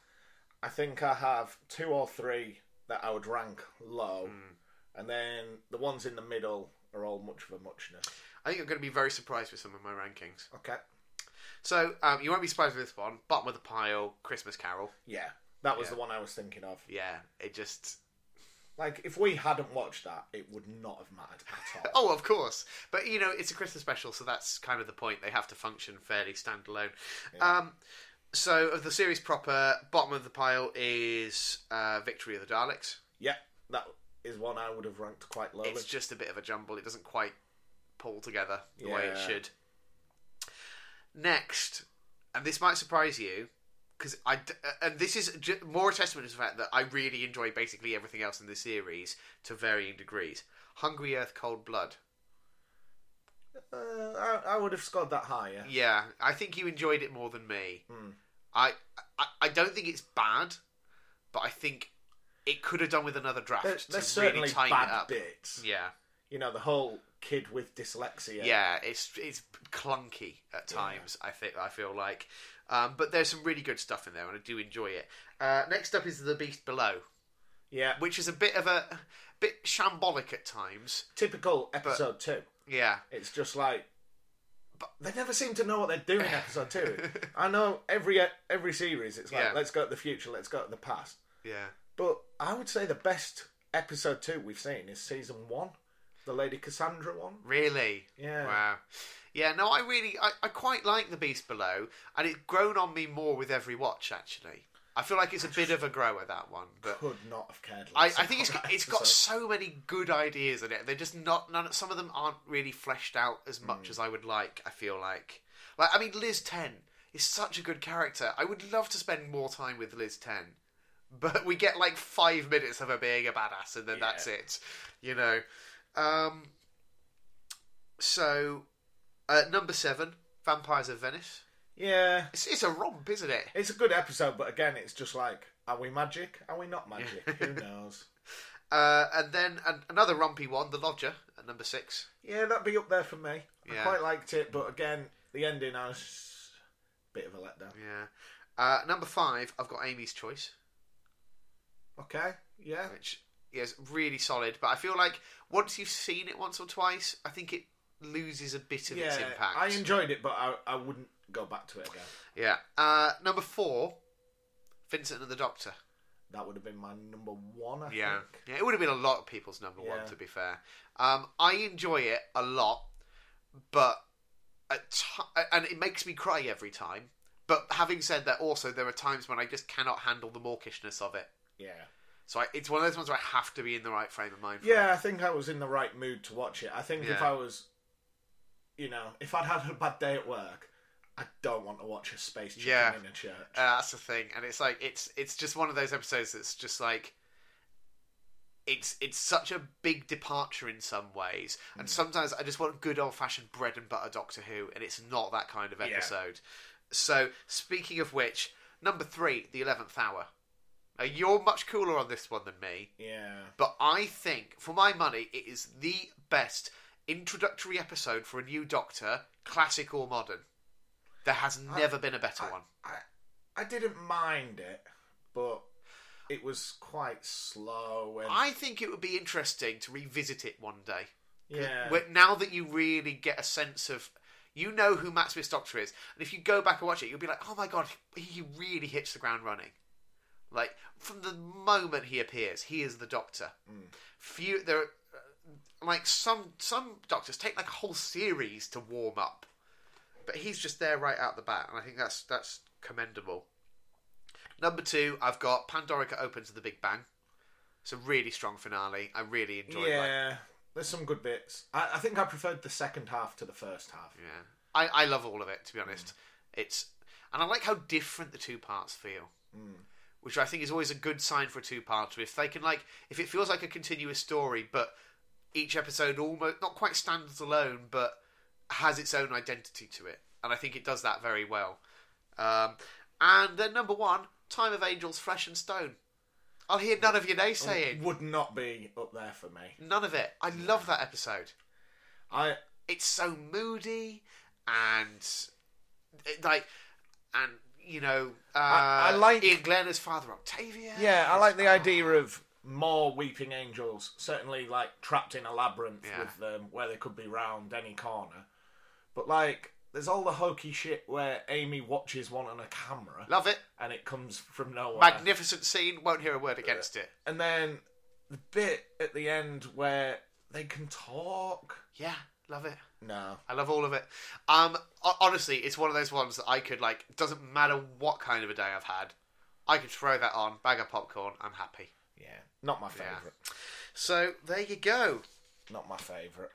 [SPEAKER 2] I think I have two or three that I would rank low,
[SPEAKER 1] Hmm.
[SPEAKER 2] and then the ones in the middle are all much of a muchness.
[SPEAKER 1] I think you're going to be very surprised with some of my rankings.
[SPEAKER 2] Okay.
[SPEAKER 1] So um, you won't be surprised with this one. Bottom of the pile, Christmas Carol.
[SPEAKER 2] Yeah, that was
[SPEAKER 1] Yeah.
[SPEAKER 2] the one I was thinking of.
[SPEAKER 1] Yeah, it just.
[SPEAKER 2] Like, if we hadn't watched that, it would not have mattered at all.
[SPEAKER 1] Oh, of course, but you know it's a Christmas special, so that's kind of the point. They have to function fairly standalone. Um, so of the series proper, bottom of the pile is uh, Victory of the Daleks.
[SPEAKER 2] yeah, that is one I would have ranked quite lowly.
[SPEAKER 1] It's just a bit of a jumble. It doesn't quite pull together the way it
[SPEAKER 2] Yeah.
[SPEAKER 1] should. Next, and this might surprise you, because I d- uh, and this is j- more a testament to the fact that I really enjoy basically everything else in this series to varying degrees. Hungry Earth, Cold Blood.
[SPEAKER 2] Uh, I, I would have scored that higher.
[SPEAKER 1] Yeah, I think you enjoyed it more than me.
[SPEAKER 2] Hmm.
[SPEAKER 1] I, I I don't think it's bad, but I think it could have done with another draft
[SPEAKER 2] There,
[SPEAKER 1] to
[SPEAKER 2] there's
[SPEAKER 1] really
[SPEAKER 2] certainly
[SPEAKER 1] tighten it
[SPEAKER 2] bad
[SPEAKER 1] up.
[SPEAKER 2] bits.
[SPEAKER 1] Yeah.
[SPEAKER 2] You know, the whole kid with dyslexia.
[SPEAKER 1] yeah, it's it's clunky at times. I think I feel like, um, but there's some really good stuff in there, and I do enjoy it. Uh, next up is the Beast Below,
[SPEAKER 2] Yeah.
[SPEAKER 1] which is a bit of a bit shambolic at times.
[SPEAKER 2] Typical episode two.
[SPEAKER 1] Yeah,
[SPEAKER 2] It's just like, but they never seem to know what they're doing. Episode two. I know every every series, it's like
[SPEAKER 1] Yeah.
[SPEAKER 2] let's go to the future, let's go to the past.
[SPEAKER 1] yeah,
[SPEAKER 2] But I would say the best episode two we've seen is season one, the Lady Cassandra one.
[SPEAKER 1] really.
[SPEAKER 2] Yeah,
[SPEAKER 1] Wow. Yeah, no, I really, I, I quite like The Beast Below, and it's grown on me more with every watch, actually. I feel like it's a bit of a grower, that one, but
[SPEAKER 2] could not have cared
[SPEAKER 1] I,
[SPEAKER 2] less.
[SPEAKER 1] I think it's
[SPEAKER 2] about that
[SPEAKER 1] it's got
[SPEAKER 2] episode.
[SPEAKER 1] so many good ideas in it. They're just not none. Some of them aren't really fleshed out as much as I would like. I feel like, like I mean, Liz Ten is such a good character. I would love to spend more time with Liz Ten, but we get like five minutes of her being a badass, and then
[SPEAKER 2] Yeah.
[SPEAKER 1] that's it. You know. Um, so, uh, number seven, Vampires of Venice.
[SPEAKER 2] yeah.
[SPEAKER 1] It's, it's a romp, isn't it?
[SPEAKER 2] It's a good episode, but again, it's just like, are we magic? Are we not magic? Who knows?
[SPEAKER 1] Uh, and then an, another rompy one, The Lodger, at number six.
[SPEAKER 2] Yeah, that'd be up there for me.
[SPEAKER 1] Yeah.
[SPEAKER 2] I quite liked it, but again, the ending I was a bit of a letdown.
[SPEAKER 1] Yeah. Uh, number five, I've got Amy's Choice,
[SPEAKER 2] Okay, yeah,
[SPEAKER 1] which is really solid, but I feel like once you've seen it once or twice, I think it loses a bit of its
[SPEAKER 2] yeah.
[SPEAKER 1] impact.
[SPEAKER 2] I enjoyed it, but I, I wouldn't go back to it again.
[SPEAKER 1] yeah. Uh, number four, Vincent and the Doctor.
[SPEAKER 2] That would have been my number one. I think.
[SPEAKER 1] Yeah, it would have been a lot of people's number
[SPEAKER 2] Yeah.
[SPEAKER 1] one, to be fair. Um, I enjoy it a lot, but at ti and it makes me cry every time. But having said that, also there are times when I just cannot handle the mawkishness of it.
[SPEAKER 2] yeah,
[SPEAKER 1] So I, it's one of those ones where I have to be in the right frame of mind. For
[SPEAKER 2] yeah. I think I was in the right mood to watch it. I think if
[SPEAKER 1] Yeah.
[SPEAKER 2] I was, you know, if I'd had a bad day at work, I don't want to watch a space chicken
[SPEAKER 1] Yeah.
[SPEAKER 2] in a church.
[SPEAKER 1] Uh, that's the thing, and it's like it's it's just one of those episodes that's just like it's it's such a big departure in some ways,
[SPEAKER 2] Hmm.
[SPEAKER 1] and sometimes I just want good old fashioned bread and butter Doctor Who, and it's not that kind of
[SPEAKER 2] Yeah.
[SPEAKER 1] episode. So speaking of which, number three, the eleventh hour. Now you're much cooler on this one than me,
[SPEAKER 2] yeah.
[SPEAKER 1] but I think for my money, it is the best introductory episode for a new Doctor, classic or modern. There has never been a better
[SPEAKER 2] I-
[SPEAKER 1] one.
[SPEAKER 2] I I didn't mind it, but it was quite slow and
[SPEAKER 1] I think it would be interesting to revisit it one day.
[SPEAKER 2] yeah.
[SPEAKER 1] Where- Now that you really get a sense of, you know who Matt Smith's Doctor is, and if you go back and watch it, you'll be like, oh my god, he really hits the ground running. Like from the moment he appears, he is the Doctor. Few there, are, uh, like some some Doctors take like a whole series to warm up, but he's just there right out the bat, and I think that's that's commendable. Number two, I've got Pandorica opens the Big Bang. It's a really strong finale. I really enjoyed that.
[SPEAKER 2] yeah. There's some good bits. I, I think I preferred the second half to the first half.
[SPEAKER 1] Yeah, I, I love all of it to be honest. It's and I like how different the two parts feel, which I think is always a good sign for a two-parter. If they can like, if it feels like a continuous story, but each episode almost not quite stands alone, but has its own identity to it, and I think it does that very well. Um, and then number one, Time of Angels, Flesh and Stone. I'll hear none of your naysaying.
[SPEAKER 2] Would not be up there for me.
[SPEAKER 1] None of it. I love that episode
[SPEAKER 2] I
[SPEAKER 1] it's so moody and it, like and you know uh,
[SPEAKER 2] I- I like-
[SPEAKER 1] Ian Glenn as Father Octavia.
[SPEAKER 2] yeah, I
[SPEAKER 1] It's-
[SPEAKER 2] like the
[SPEAKER 1] oh,
[SPEAKER 2] idea of more weeping angels, certainly like trapped in a labyrinth
[SPEAKER 1] Yeah.
[SPEAKER 2] with them where they could be round any corner. But like there's all the hokey shit where Amy watches one on a camera
[SPEAKER 1] Love it.
[SPEAKER 2] and it comes from nowhere.
[SPEAKER 1] Magnificent scene. Won't hear a word against it.
[SPEAKER 2] and then the bit at the end where they can talk.
[SPEAKER 1] Yeah, love it.
[SPEAKER 2] No.
[SPEAKER 1] I love all of it. Um, ho- honestly, it's one of those ones that I could like. Doesn't matter what kind of a day I've had, I could throw that on, bag of popcorn. I'm happy.
[SPEAKER 2] Yeah. Not my favourite.
[SPEAKER 1] So there you go.
[SPEAKER 2] Not my favourite.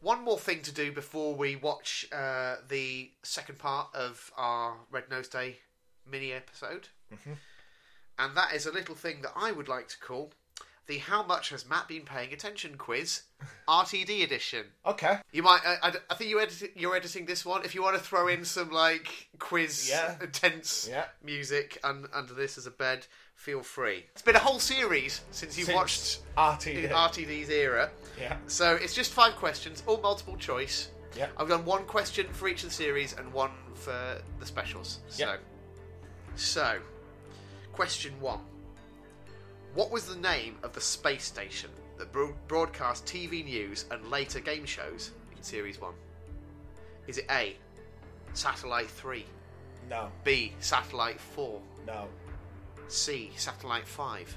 [SPEAKER 1] One more thing to do before we watch uh, the second part of our Red Nose Day mini episode.
[SPEAKER 2] Mm-hmm.
[SPEAKER 1] And that is a little thing that I would like to call the How Much Has Matt Been Paying Attention quiz, RTD edition.
[SPEAKER 2] Okay.
[SPEAKER 1] You might, I, I, I think you edit, you're editing this one. If you want to throw in some like quiz
[SPEAKER 2] Yeah.
[SPEAKER 1] intense
[SPEAKER 2] Yeah.
[SPEAKER 1] music un, under this as a bed, feel free. It's been a whole series since you
[SPEAKER 2] Since
[SPEAKER 1] watched
[SPEAKER 2] RTD.
[SPEAKER 1] RTD's era.
[SPEAKER 2] yeah.
[SPEAKER 1] So it's just five questions, all multiple choice.
[SPEAKER 2] Yeah.
[SPEAKER 1] I've done one question for each of the series and one for the specials. So,
[SPEAKER 2] Yeah.
[SPEAKER 1] so question one: What was the name of the space station that bro- broadcast TV news and later game shows in series one? Is it A, Satellite Three,
[SPEAKER 2] No.
[SPEAKER 1] B, Satellite Four,
[SPEAKER 2] No.
[SPEAKER 1] C, Satellite Five,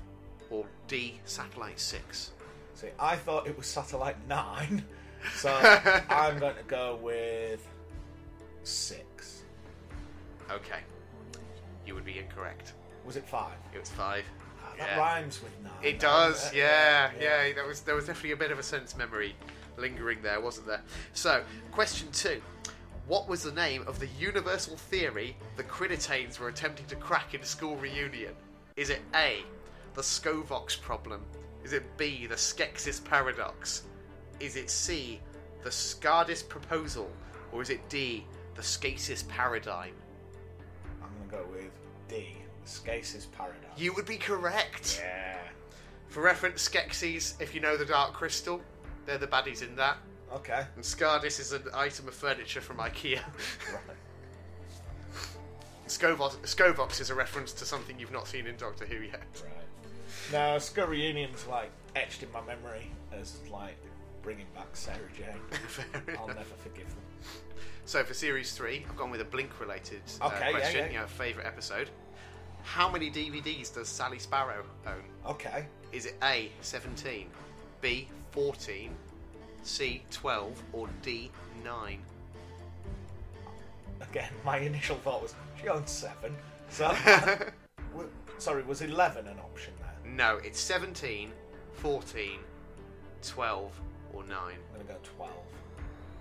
[SPEAKER 1] or D, Satellite Six?
[SPEAKER 2] See, I thought it was satellite nine, so I'm going to go with six.
[SPEAKER 1] Okay, you would be incorrect.
[SPEAKER 2] Was it five?
[SPEAKER 1] It was five.
[SPEAKER 2] Ah,
[SPEAKER 1] Yeah.
[SPEAKER 2] that rhymes with nine.
[SPEAKER 1] It
[SPEAKER 2] doesn't
[SPEAKER 1] does,
[SPEAKER 2] it?
[SPEAKER 1] yeah, yeah. There was there was definitely a bit of a sense memory lingering there, wasn't there? So, question two: What was the name of the universal theory the Crinitanes were attempting to crack in school reunion? Is it A, the Scovox problem? Is it B, the Skeksis paradox? Is it C, the Scardis proposal? Or is it D, the Skasis paradigm?
[SPEAKER 2] I'm going to go with D. Scasis Paradox.
[SPEAKER 1] You would be correct.
[SPEAKER 2] Yeah.
[SPEAKER 1] For reference, Skeksis, if you know the Dark Crystal, they're the baddies in that.
[SPEAKER 2] Okay.
[SPEAKER 1] And Scardis is an item of furniture from IKEA.
[SPEAKER 2] Right.
[SPEAKER 1] Scovox, Scovox is a reference to something you've not seen in Doctor Who yet.
[SPEAKER 2] Right. No, Skull Reunion's like etched in my memory as like bringing back Sarah Jane.
[SPEAKER 1] Fair
[SPEAKER 2] I'll
[SPEAKER 1] enough.
[SPEAKER 2] never forgive them.
[SPEAKER 1] so for series three, I've gone with a Blink-related uh,
[SPEAKER 2] Okay, yeah,
[SPEAKER 1] question.
[SPEAKER 2] yeah.
[SPEAKER 1] You know, favorite episode. How many DVDs does Sally Sparrow own?
[SPEAKER 2] Okay.
[SPEAKER 1] Is it A seventeen, B fourteen, C twelve, or D nine?
[SPEAKER 2] Again, my initial thought was she owns seven. So, w- sorry, was eleven an option there?
[SPEAKER 1] No, it's 17, 14, 12, or 9.
[SPEAKER 2] I'm gonna go twelve.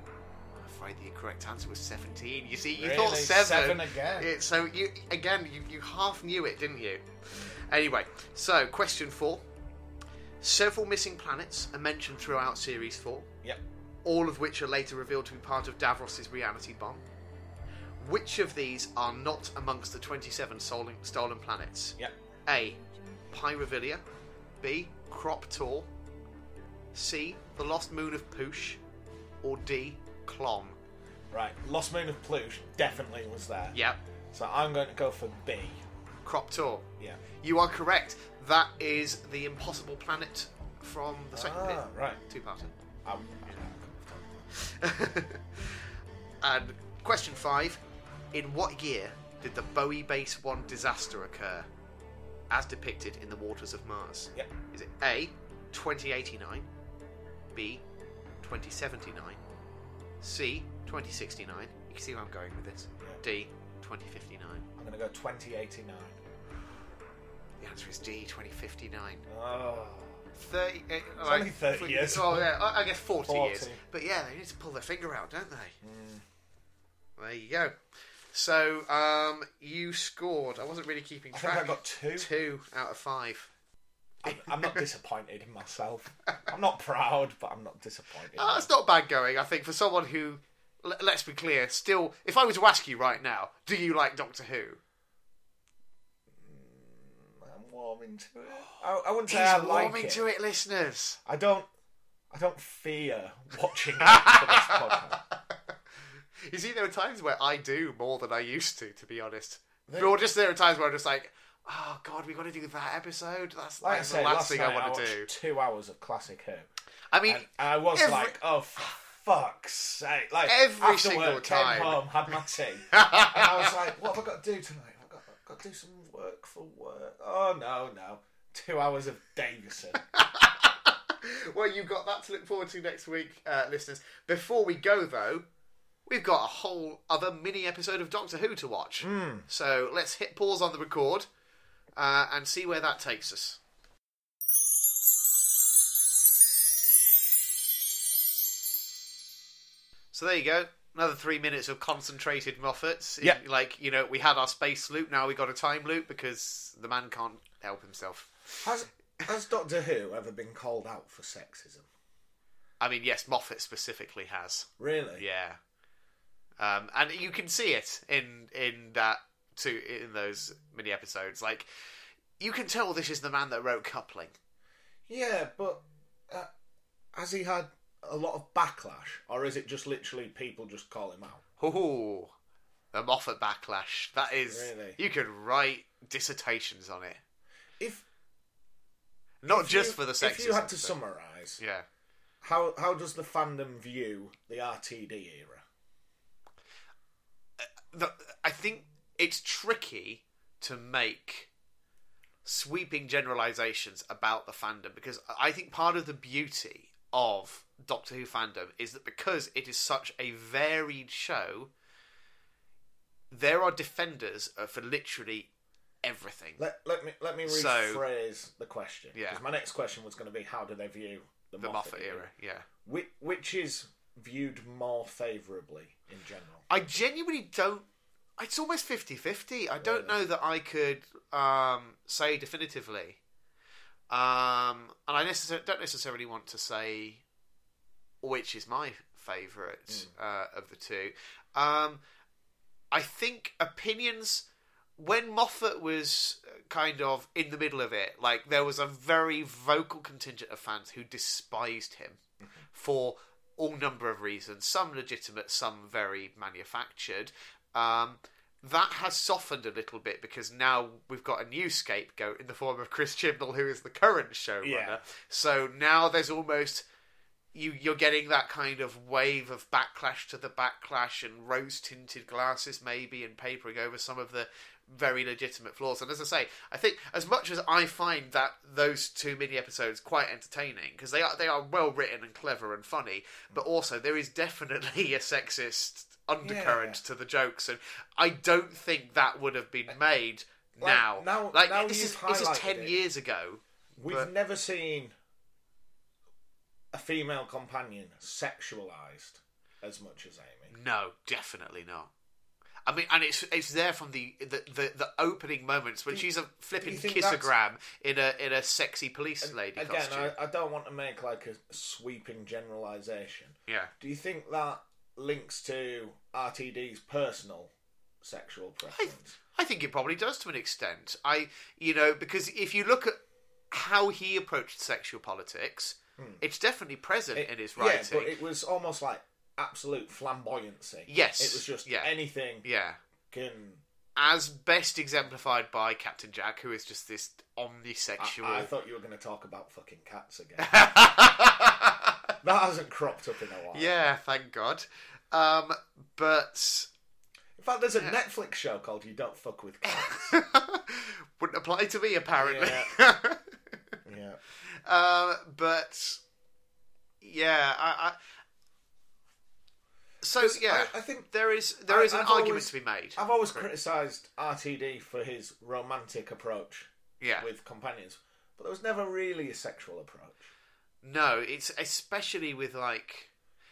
[SPEAKER 1] I afraid the correct answer was 17. You see, you
[SPEAKER 2] Really?
[SPEAKER 1] thought 7.
[SPEAKER 2] Seven again.
[SPEAKER 1] It- so, you again, you, you half knew it, didn't you? Anyway, so question 4. Several missing planets are mentioned throughout Series 4,
[SPEAKER 2] Yep.
[SPEAKER 1] all of which are later revealed to be part of Davros' reality bomb. Which of these are not amongst the 27 stolen, stolen planets?
[SPEAKER 2] Yep.
[SPEAKER 1] A. Pyrovilia. B. Croptor. C. The Lost Moon of Poosh. Or D. Clom.
[SPEAKER 2] Right. Lost Moon of Plush definitely was there.
[SPEAKER 1] Yep.
[SPEAKER 2] So I'm going to go for B.
[SPEAKER 1] Croptor.
[SPEAKER 2] Yeah.
[SPEAKER 1] You are correct. That is the impossible planet from the second
[SPEAKER 2] Ah,
[SPEAKER 1] bit.
[SPEAKER 2] right.
[SPEAKER 1] Two
[SPEAKER 2] Um,
[SPEAKER 1] parter. and question five. In what year did the Bowie Base 1 disaster occur? As depicted in the waters of Mars.
[SPEAKER 2] yep.
[SPEAKER 1] Is it A, 2089, B, 2079, C, 2069? You can see where I'm going with this.
[SPEAKER 2] Yeah.
[SPEAKER 1] D, 2059.
[SPEAKER 2] I'm going to go 2089.
[SPEAKER 1] The answer is D, 2059.
[SPEAKER 2] Oh.
[SPEAKER 1] 30, eh,
[SPEAKER 2] only 30
[SPEAKER 1] for-
[SPEAKER 2] years.
[SPEAKER 1] Oh, yeah, I I guess 40, years.
[SPEAKER 2] 40.
[SPEAKER 1] But yeah, they need to pull their finger out, don't they? There you go. So, um, you scored. I wasn't really keeping
[SPEAKER 2] I think
[SPEAKER 1] track.
[SPEAKER 2] I got two.
[SPEAKER 1] two out of five.
[SPEAKER 2] I'm, I'm not disappointed in myself. I'm not proud, but I'm not disappointed.
[SPEAKER 1] Uh, that's not bad going, I think, for someone who, l- let's be clear, still, if I were to ask you right now, do you like Doctor Who?
[SPEAKER 2] I'm warming to it. I, I wouldn't
[SPEAKER 1] He's
[SPEAKER 2] say I like
[SPEAKER 1] warming
[SPEAKER 2] it.
[SPEAKER 1] to it, listeners.
[SPEAKER 2] I don't. I don't fear watching it for this podcast.
[SPEAKER 1] You see, there are times where I do more than I used to, to be honest.
[SPEAKER 2] They-
[SPEAKER 1] Or just there are times where I'm just like, oh, God, we got to do that episode. That's,
[SPEAKER 2] Like I
[SPEAKER 1] that's
[SPEAKER 2] said,
[SPEAKER 1] the last,
[SPEAKER 2] last
[SPEAKER 1] thing
[SPEAKER 2] night
[SPEAKER 1] I want to
[SPEAKER 2] watched
[SPEAKER 1] do.
[SPEAKER 2] Two hours of classic Who,
[SPEAKER 1] I mean,
[SPEAKER 2] and I was
[SPEAKER 1] every-
[SPEAKER 2] like, "Oh, f- fuck's sake!" Like
[SPEAKER 1] Every
[SPEAKER 2] after
[SPEAKER 1] single
[SPEAKER 2] work,
[SPEAKER 1] time.
[SPEAKER 2] came home, had my tea, and I was like, "What have I got to do tonight? I've got, I've got to do some work for work." Oh no, no, two hours of Davison.
[SPEAKER 1] well, you've got that to look forward to next week, uh, listeners. Before we go, though, we've got a whole other mini episode of Doctor Who to watch. So let's hit pause on the record uh, and see where that takes us. So there you go. Another three minutes of concentrated Moffats.
[SPEAKER 2] Yeah.
[SPEAKER 1] Like, you know, we had our space loop, now we got a time loop because the man can't help himself.
[SPEAKER 2] Has Has Doctor Who ever been called out for sexism?
[SPEAKER 1] I mean, yes, Moffat specifically has.
[SPEAKER 2] Really?
[SPEAKER 1] Yeah, um, and you can see it in in that two in those mini episodes. Like you can tell this is the man that wrote coupling.
[SPEAKER 2] Yeah, but uh, has he had a lot of backlash, or is it just literally people just call him out?
[SPEAKER 1] Ooh, the Moffat backlash. That is,
[SPEAKER 2] Really?
[SPEAKER 1] you could write dissertations on it.
[SPEAKER 2] If
[SPEAKER 1] Not
[SPEAKER 2] if
[SPEAKER 1] just
[SPEAKER 2] you-
[SPEAKER 1] for the sexism.
[SPEAKER 2] if you had to
[SPEAKER 1] but-
[SPEAKER 2] summarise,
[SPEAKER 1] yeah.
[SPEAKER 2] how how does the fandom view the RTD era?
[SPEAKER 1] the, I think it's tricky to make sweeping generalizations about the fandom because I think part of the beauty of Doctor Who fandom is that because it is such a varied show, there are defenders uh, for literally everything.
[SPEAKER 2] Let let me let me
[SPEAKER 1] So-
[SPEAKER 2] rephrase the question.
[SPEAKER 1] Yeah.
[SPEAKER 2] 'cause my next question was going to be how do they view the,
[SPEAKER 1] the
[SPEAKER 2] Moffat,
[SPEAKER 1] Moffat era, yeah.
[SPEAKER 2] Which, which is viewed more favourably in general?
[SPEAKER 1] I genuinely don't. It's almost 50 50. I don't
[SPEAKER 2] Really?
[SPEAKER 1] know that I could um, say definitively. Um, and I necessar- don't necessarily want to say which is my favourite uh, of the two. Um, I think opinions. When Moffat was uh, kind of in the middle of it, like there was a very vocal contingent of fans who despised him for all number of reasons, some legitimate, some very manufactured. Um, that has softened a little bit because now we've got a new scapegoat in the form of Chris Chibnall, who is the current showrunner.
[SPEAKER 2] Yeah.
[SPEAKER 1] So now there's almost you you're getting that kind of wave of backlash to the backlash and rose tinted glasses maybe and papering over some of the very legitimate flaws and as i say i think as much as i find that those two mini episodes quite entertaining because they are they are well written and clever and funny but also there is definitely a sexist undercurrent to the jokes and i don't think that would have been made
[SPEAKER 2] Like,
[SPEAKER 1] now
[SPEAKER 2] now-
[SPEAKER 1] like
[SPEAKER 2] now
[SPEAKER 1] this
[SPEAKER 2] you've
[SPEAKER 1] is this is
[SPEAKER 2] highlighted
[SPEAKER 1] 10
[SPEAKER 2] it.
[SPEAKER 1] years ago
[SPEAKER 2] We've
[SPEAKER 1] But-
[SPEAKER 2] never seen a female companion sexualized as much as Amy.
[SPEAKER 1] No, definitely not. I mean, and it's it's there from the the, the, the opening moments when
[SPEAKER 2] Do you-
[SPEAKER 1] she's a flipping
[SPEAKER 2] you think that's-
[SPEAKER 1] kissogram in a in a sexy police lady
[SPEAKER 2] Again,
[SPEAKER 1] costume.
[SPEAKER 2] I, I don't want to make like a sweeping generalization.
[SPEAKER 1] Yeah,
[SPEAKER 2] Do you think that links to RTD's personal sexual preference?
[SPEAKER 1] I think it probably does to an extent. I you know because if you look at how he approached sexual politics, it's definitely present in his
[SPEAKER 2] Hmm. Yeah,
[SPEAKER 1] writing.
[SPEAKER 2] but it was almost like absolute flamboyancy.
[SPEAKER 1] Yes,
[SPEAKER 2] It was just
[SPEAKER 1] yeah.
[SPEAKER 2] anything
[SPEAKER 1] yeah.
[SPEAKER 2] can.
[SPEAKER 1] As best exemplified by Captain Jack, who is just this
[SPEAKER 2] I-
[SPEAKER 1] omnisexual.
[SPEAKER 2] I, thought you were going to talk about fucking cats again. that hasn't cropped up in a while.
[SPEAKER 1] yeah, thank God. Um, but
[SPEAKER 2] In fact, there's a Netflix show called You Don't Fuck With Cats.
[SPEAKER 1] wouldn't apply to me apparently.
[SPEAKER 2] yeah.
[SPEAKER 1] um, but yeah, I, I... so Oh, yeah,
[SPEAKER 2] I, I think
[SPEAKER 1] there is there
[SPEAKER 2] I-
[SPEAKER 1] is an
[SPEAKER 2] I've
[SPEAKER 1] argument
[SPEAKER 2] always-
[SPEAKER 1] to be made.
[SPEAKER 2] I've always criticised RTD for his romantic approach
[SPEAKER 1] yeah,
[SPEAKER 2] with companions, but there was never really a sexual approach.
[SPEAKER 1] no, it's especially with like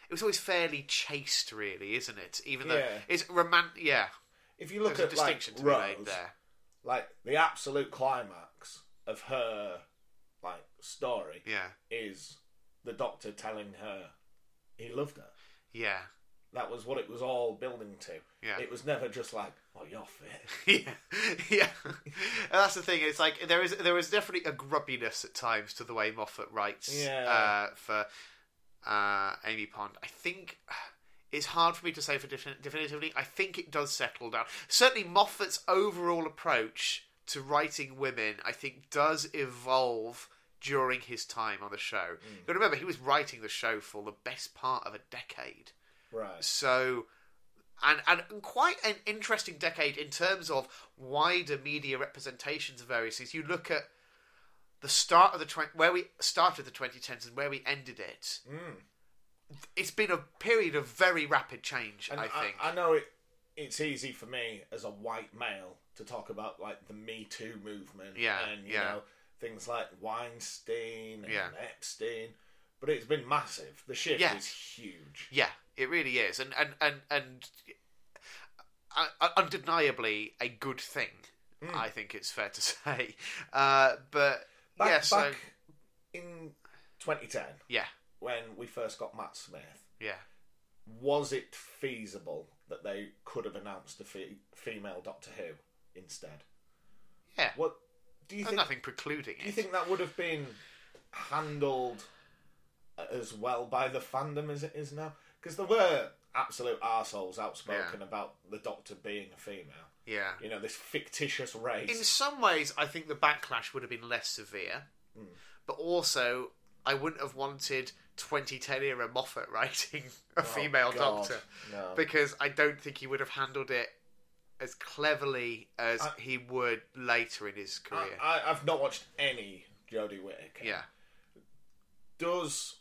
[SPEAKER 1] it was always fairly chaste, really, isn't it? Even though
[SPEAKER 2] Yeah.
[SPEAKER 1] it's romantic. Yeah,
[SPEAKER 2] If you look
[SPEAKER 1] there's a
[SPEAKER 2] at like
[SPEAKER 1] distinction to be made
[SPEAKER 2] Rose,
[SPEAKER 1] there.
[SPEAKER 2] like the absolute climax of her like story
[SPEAKER 1] Yeah,
[SPEAKER 2] is the doctor telling her he loved her.
[SPEAKER 1] yeah,
[SPEAKER 2] That was what it was all building to.
[SPEAKER 1] yeah.
[SPEAKER 2] It was never just like, "Oh, you're fit."
[SPEAKER 1] yeah, yeah. And that's the thing. It's like there is there is definitely a grubbiness at times to the way Moffat writes
[SPEAKER 2] Yeah.
[SPEAKER 1] uh, for uh, Amy Pond. I think it's hard for me to say for defin- definitively. I think it does settle down. Certainly, Moffat's overall approach to writing women, I think, does evolve during his time on the show. But remember, he was writing the show for the best part of a decade.
[SPEAKER 2] Right.
[SPEAKER 1] So, and and quite an interesting decade in terms of wider media representations of various things. You look at the start of the twen- where we started the 2010s and where we ended it.
[SPEAKER 2] Mm.
[SPEAKER 1] It's been a period of very rapid change.
[SPEAKER 2] And
[SPEAKER 1] I think.
[SPEAKER 2] I, know it. It's easy for me as a white male to talk about like the Me Too movement.
[SPEAKER 1] Yeah,
[SPEAKER 2] And you
[SPEAKER 1] yeah.
[SPEAKER 2] know things like Weinstein and
[SPEAKER 1] Yeah.
[SPEAKER 2] Epstein, but it's been massive. The shift
[SPEAKER 1] Yeah.
[SPEAKER 2] is huge.
[SPEAKER 1] yeah, it really is, and and and and uh, uh, undeniably a good thing.
[SPEAKER 2] Hmm.
[SPEAKER 1] I think it's fair to say, uh, but
[SPEAKER 2] Back,
[SPEAKER 1] yeah, so
[SPEAKER 2] back in 2010,
[SPEAKER 1] yeah,
[SPEAKER 2] when we first got Matt Smith,
[SPEAKER 1] yeah.
[SPEAKER 2] was it feasible that they could have announced a fe- female Doctor Who instead?
[SPEAKER 1] Yeah.
[SPEAKER 2] What do you
[SPEAKER 1] There's
[SPEAKER 2] think?
[SPEAKER 1] nothing precluding it.
[SPEAKER 2] Do you think that would have been handled as well by the fandom as it is now? Because there were absolute arseholes outspoken about the Doctor being a female.
[SPEAKER 1] yeah.
[SPEAKER 2] You know, this fictitious
[SPEAKER 1] In
[SPEAKER 2] race.
[SPEAKER 1] some ways, I think the backlash would have been less severe,
[SPEAKER 2] Hmm.
[SPEAKER 1] but also I wouldn't have wanted 2010 era Moffat writing a female
[SPEAKER 2] Oh, God, Um,
[SPEAKER 1] doctor
[SPEAKER 2] No.
[SPEAKER 1] because I don't think he would have handled it as cleverly as
[SPEAKER 2] I-
[SPEAKER 1] he would later in his
[SPEAKER 2] I,
[SPEAKER 1] career.
[SPEAKER 2] I, I've not watched any Jodie Whittaker.
[SPEAKER 1] yeah,
[SPEAKER 2] Does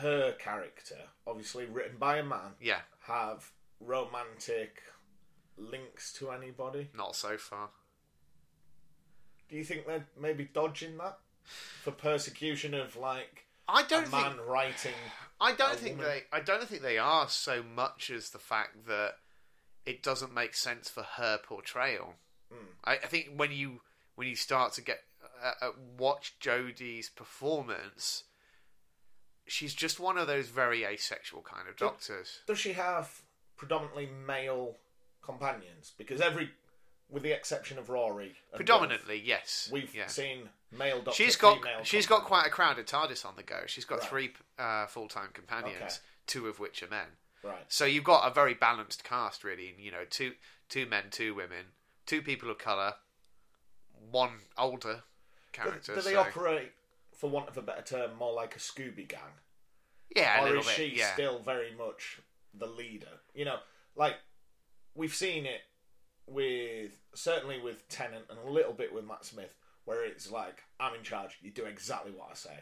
[SPEAKER 2] her character, obviously written by a man,
[SPEAKER 1] yeah,
[SPEAKER 2] have romantic links to anybody?
[SPEAKER 1] not so far.
[SPEAKER 2] Do you think they're maybe dodging that for persecution of like
[SPEAKER 1] I
[SPEAKER 2] a
[SPEAKER 1] don't think
[SPEAKER 2] man writing?
[SPEAKER 1] I
[SPEAKER 2] a
[SPEAKER 1] don't think
[SPEAKER 2] woman.
[SPEAKER 1] they. I don't think they are so much as the fact that it doesn't make sense for her portrayal.
[SPEAKER 2] Mm.
[SPEAKER 1] I, I think when you when you start to get uh, uh, watch Jodie's performance, she's just one of those very asexual kind of doctors.
[SPEAKER 2] Does she have predominantly male companions? Because every, with the exception of Rory, and
[SPEAKER 1] Predominantly, yes.
[SPEAKER 2] Wolf, we've
[SPEAKER 1] yeah.
[SPEAKER 2] seen male doctor.
[SPEAKER 1] She's got
[SPEAKER 2] female
[SPEAKER 1] she's got
[SPEAKER 2] companions.
[SPEAKER 1] quite a crowded TARDIS on the go. She's got
[SPEAKER 2] Right.
[SPEAKER 1] three uh, full time companions,
[SPEAKER 2] Okay.
[SPEAKER 1] two of which are men.
[SPEAKER 2] right.
[SPEAKER 1] So you've got a very balanced cast, really. And you know, two two men, two women, two people of color, one older character.
[SPEAKER 2] Do, do they
[SPEAKER 1] so-
[SPEAKER 2] operate, for want of a better term, more like a Scooby Gang,
[SPEAKER 1] Yeah, a
[SPEAKER 2] or
[SPEAKER 1] little
[SPEAKER 2] is
[SPEAKER 1] bit.
[SPEAKER 2] she
[SPEAKER 1] yeah,
[SPEAKER 2] still very much the leader? You know, like we've seen it with certainly with Tennant and a little bit with Matt Smith, where it's like I'm in charge. You do exactly what I say.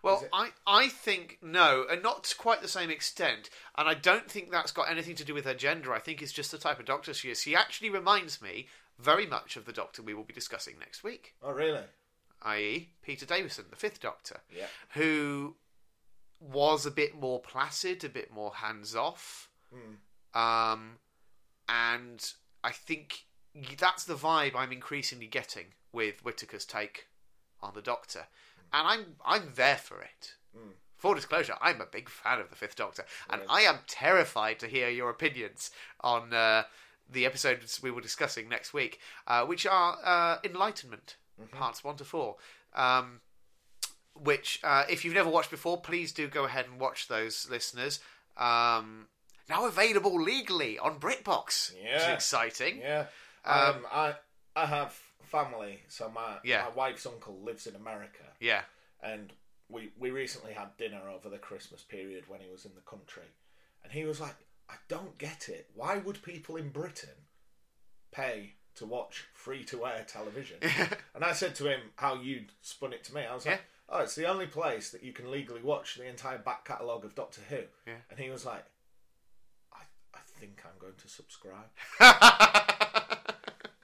[SPEAKER 1] Well,
[SPEAKER 2] Is it-
[SPEAKER 1] I, I think no, and not to quite the same extent. And I don't think that's got anything to do with her gender. I think it's just the type of doctor she is. She actually reminds me very much of the doctor we will be discussing next week,
[SPEAKER 2] Oh, really?
[SPEAKER 1] i.e., Peter Davison, the fifth doctor,
[SPEAKER 2] Yeah.
[SPEAKER 1] who was a bit more placid, a bit more hands off.
[SPEAKER 2] Mm.
[SPEAKER 1] Um, and I think that's the vibe I'm increasingly getting with Whitaker's take on the Doctor, and I'm I'm there for it.
[SPEAKER 2] Mm.
[SPEAKER 1] Full disclosure, I'm a big fan of the Fifth Doctor, and
[SPEAKER 2] Right.
[SPEAKER 1] I am terrified to hear your opinions on uh, the episodes we were discussing next week, uh, which are uh, Enlightenment parts one to four. Um, which, uh, if you've never watched before, please do go ahead and watch those, listeners. Um, now available legally on BritBox, which is
[SPEAKER 2] Yeah.
[SPEAKER 1] exciting.
[SPEAKER 2] Yeah. Um, I I have family, so my
[SPEAKER 1] Yeah.
[SPEAKER 2] my wife's uncle lives in America,
[SPEAKER 1] Yeah,
[SPEAKER 2] and we we recently had dinner over the Christmas period when he was in the country, and he was like, "I don't get it. Why would people in Britain pay to watch free to air television?" and I said to him how you'd spun it to me. I was like,
[SPEAKER 1] Yeah.
[SPEAKER 2] "Oh, it's the only place that you can legally watch the entire back catalogue of Doctor Who,"
[SPEAKER 1] Yeah.
[SPEAKER 2] and he was like. "I I think I'm going to subscribe. Yeah, I, I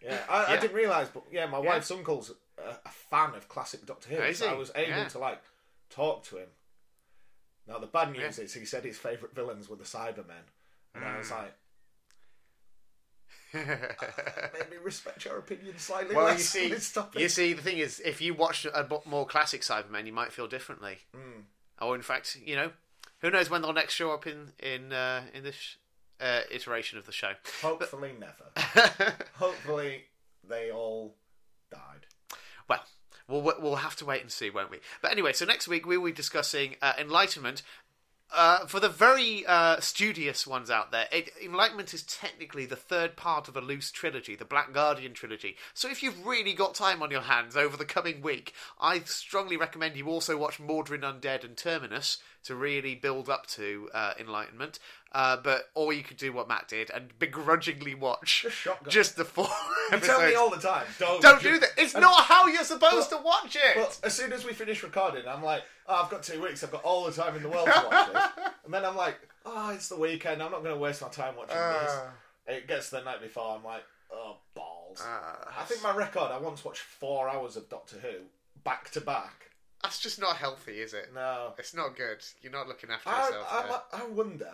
[SPEAKER 1] Yeah. Oh,
[SPEAKER 2] didn't realise, but yeah, my wife's uncle's a, a fan of classic Doctor Who,
[SPEAKER 1] Is
[SPEAKER 2] so I
[SPEAKER 1] he?
[SPEAKER 2] was able
[SPEAKER 1] Yeah.
[SPEAKER 2] to like talk to him. Now the bad news is he said his favourite villains were the Cybermen, and I was
[SPEAKER 1] Mm.
[SPEAKER 2] like, maybe respect your opinion slightly
[SPEAKER 1] well,
[SPEAKER 2] less
[SPEAKER 1] you see,
[SPEAKER 2] on this topic.
[SPEAKER 1] you see, the thing is, if you watch a bo- more classic Cybermen, you might feel differently.
[SPEAKER 2] Mm.
[SPEAKER 1] Or in fact, you know, who knows when they'll next show up in in uh, in this uh, iteration of the show.
[SPEAKER 2] Hopefully never. Hopefully they all died.
[SPEAKER 1] Well, we'll we'll have to wait and see, won't we? But anyway, so next week we will be discussing uh, enlightenment. Uh, for the very uh, studious ones out there, it, Enlightenment is technically the third part of a loose trilogy, the Black Guardian trilogy. So if you've really got time on your hands over the coming week, I strongly recommend you also watch Mordrin Undead and Terminus to really build up to uh, Enlightenment. Uh, but or you could do what Matt did and begrudgingly watch
[SPEAKER 2] Just shotgun.
[SPEAKER 1] just the four
[SPEAKER 2] You
[SPEAKER 1] episodes.
[SPEAKER 2] tell me all the time. Don't
[SPEAKER 1] Don't
[SPEAKER 2] ju-
[SPEAKER 1] do that. It's not how you're supposed to watch it.
[SPEAKER 2] But as soon as we finish recording, I'm like, oh, I've got two weeks. I've got all the time in the world to watch this. and then I'm like, oh, it's the weekend. I'm not going to waste my time watching
[SPEAKER 1] Uh.
[SPEAKER 2] this. It gets to the night before. I'm like, oh, balls.
[SPEAKER 1] Ah,
[SPEAKER 2] I think my record, I once watched four hours of Doctor Who back to back.
[SPEAKER 1] that's just not healthy, is it?
[SPEAKER 2] No.
[SPEAKER 1] It's not good. You're not looking after
[SPEAKER 2] I,
[SPEAKER 1] yourself. there.
[SPEAKER 2] I, I wonder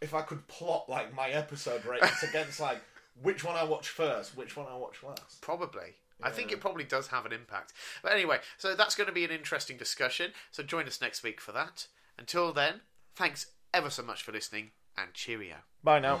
[SPEAKER 2] if I could plot like my episode ratings against like which one I watch first, which one I watch last.
[SPEAKER 1] Probably. I think it probably does have an impact. But anyway, so that's going to be an interesting discussion. So join us next week for that. Until then, thanks ever so much for listening and cheerio.
[SPEAKER 2] Bye now.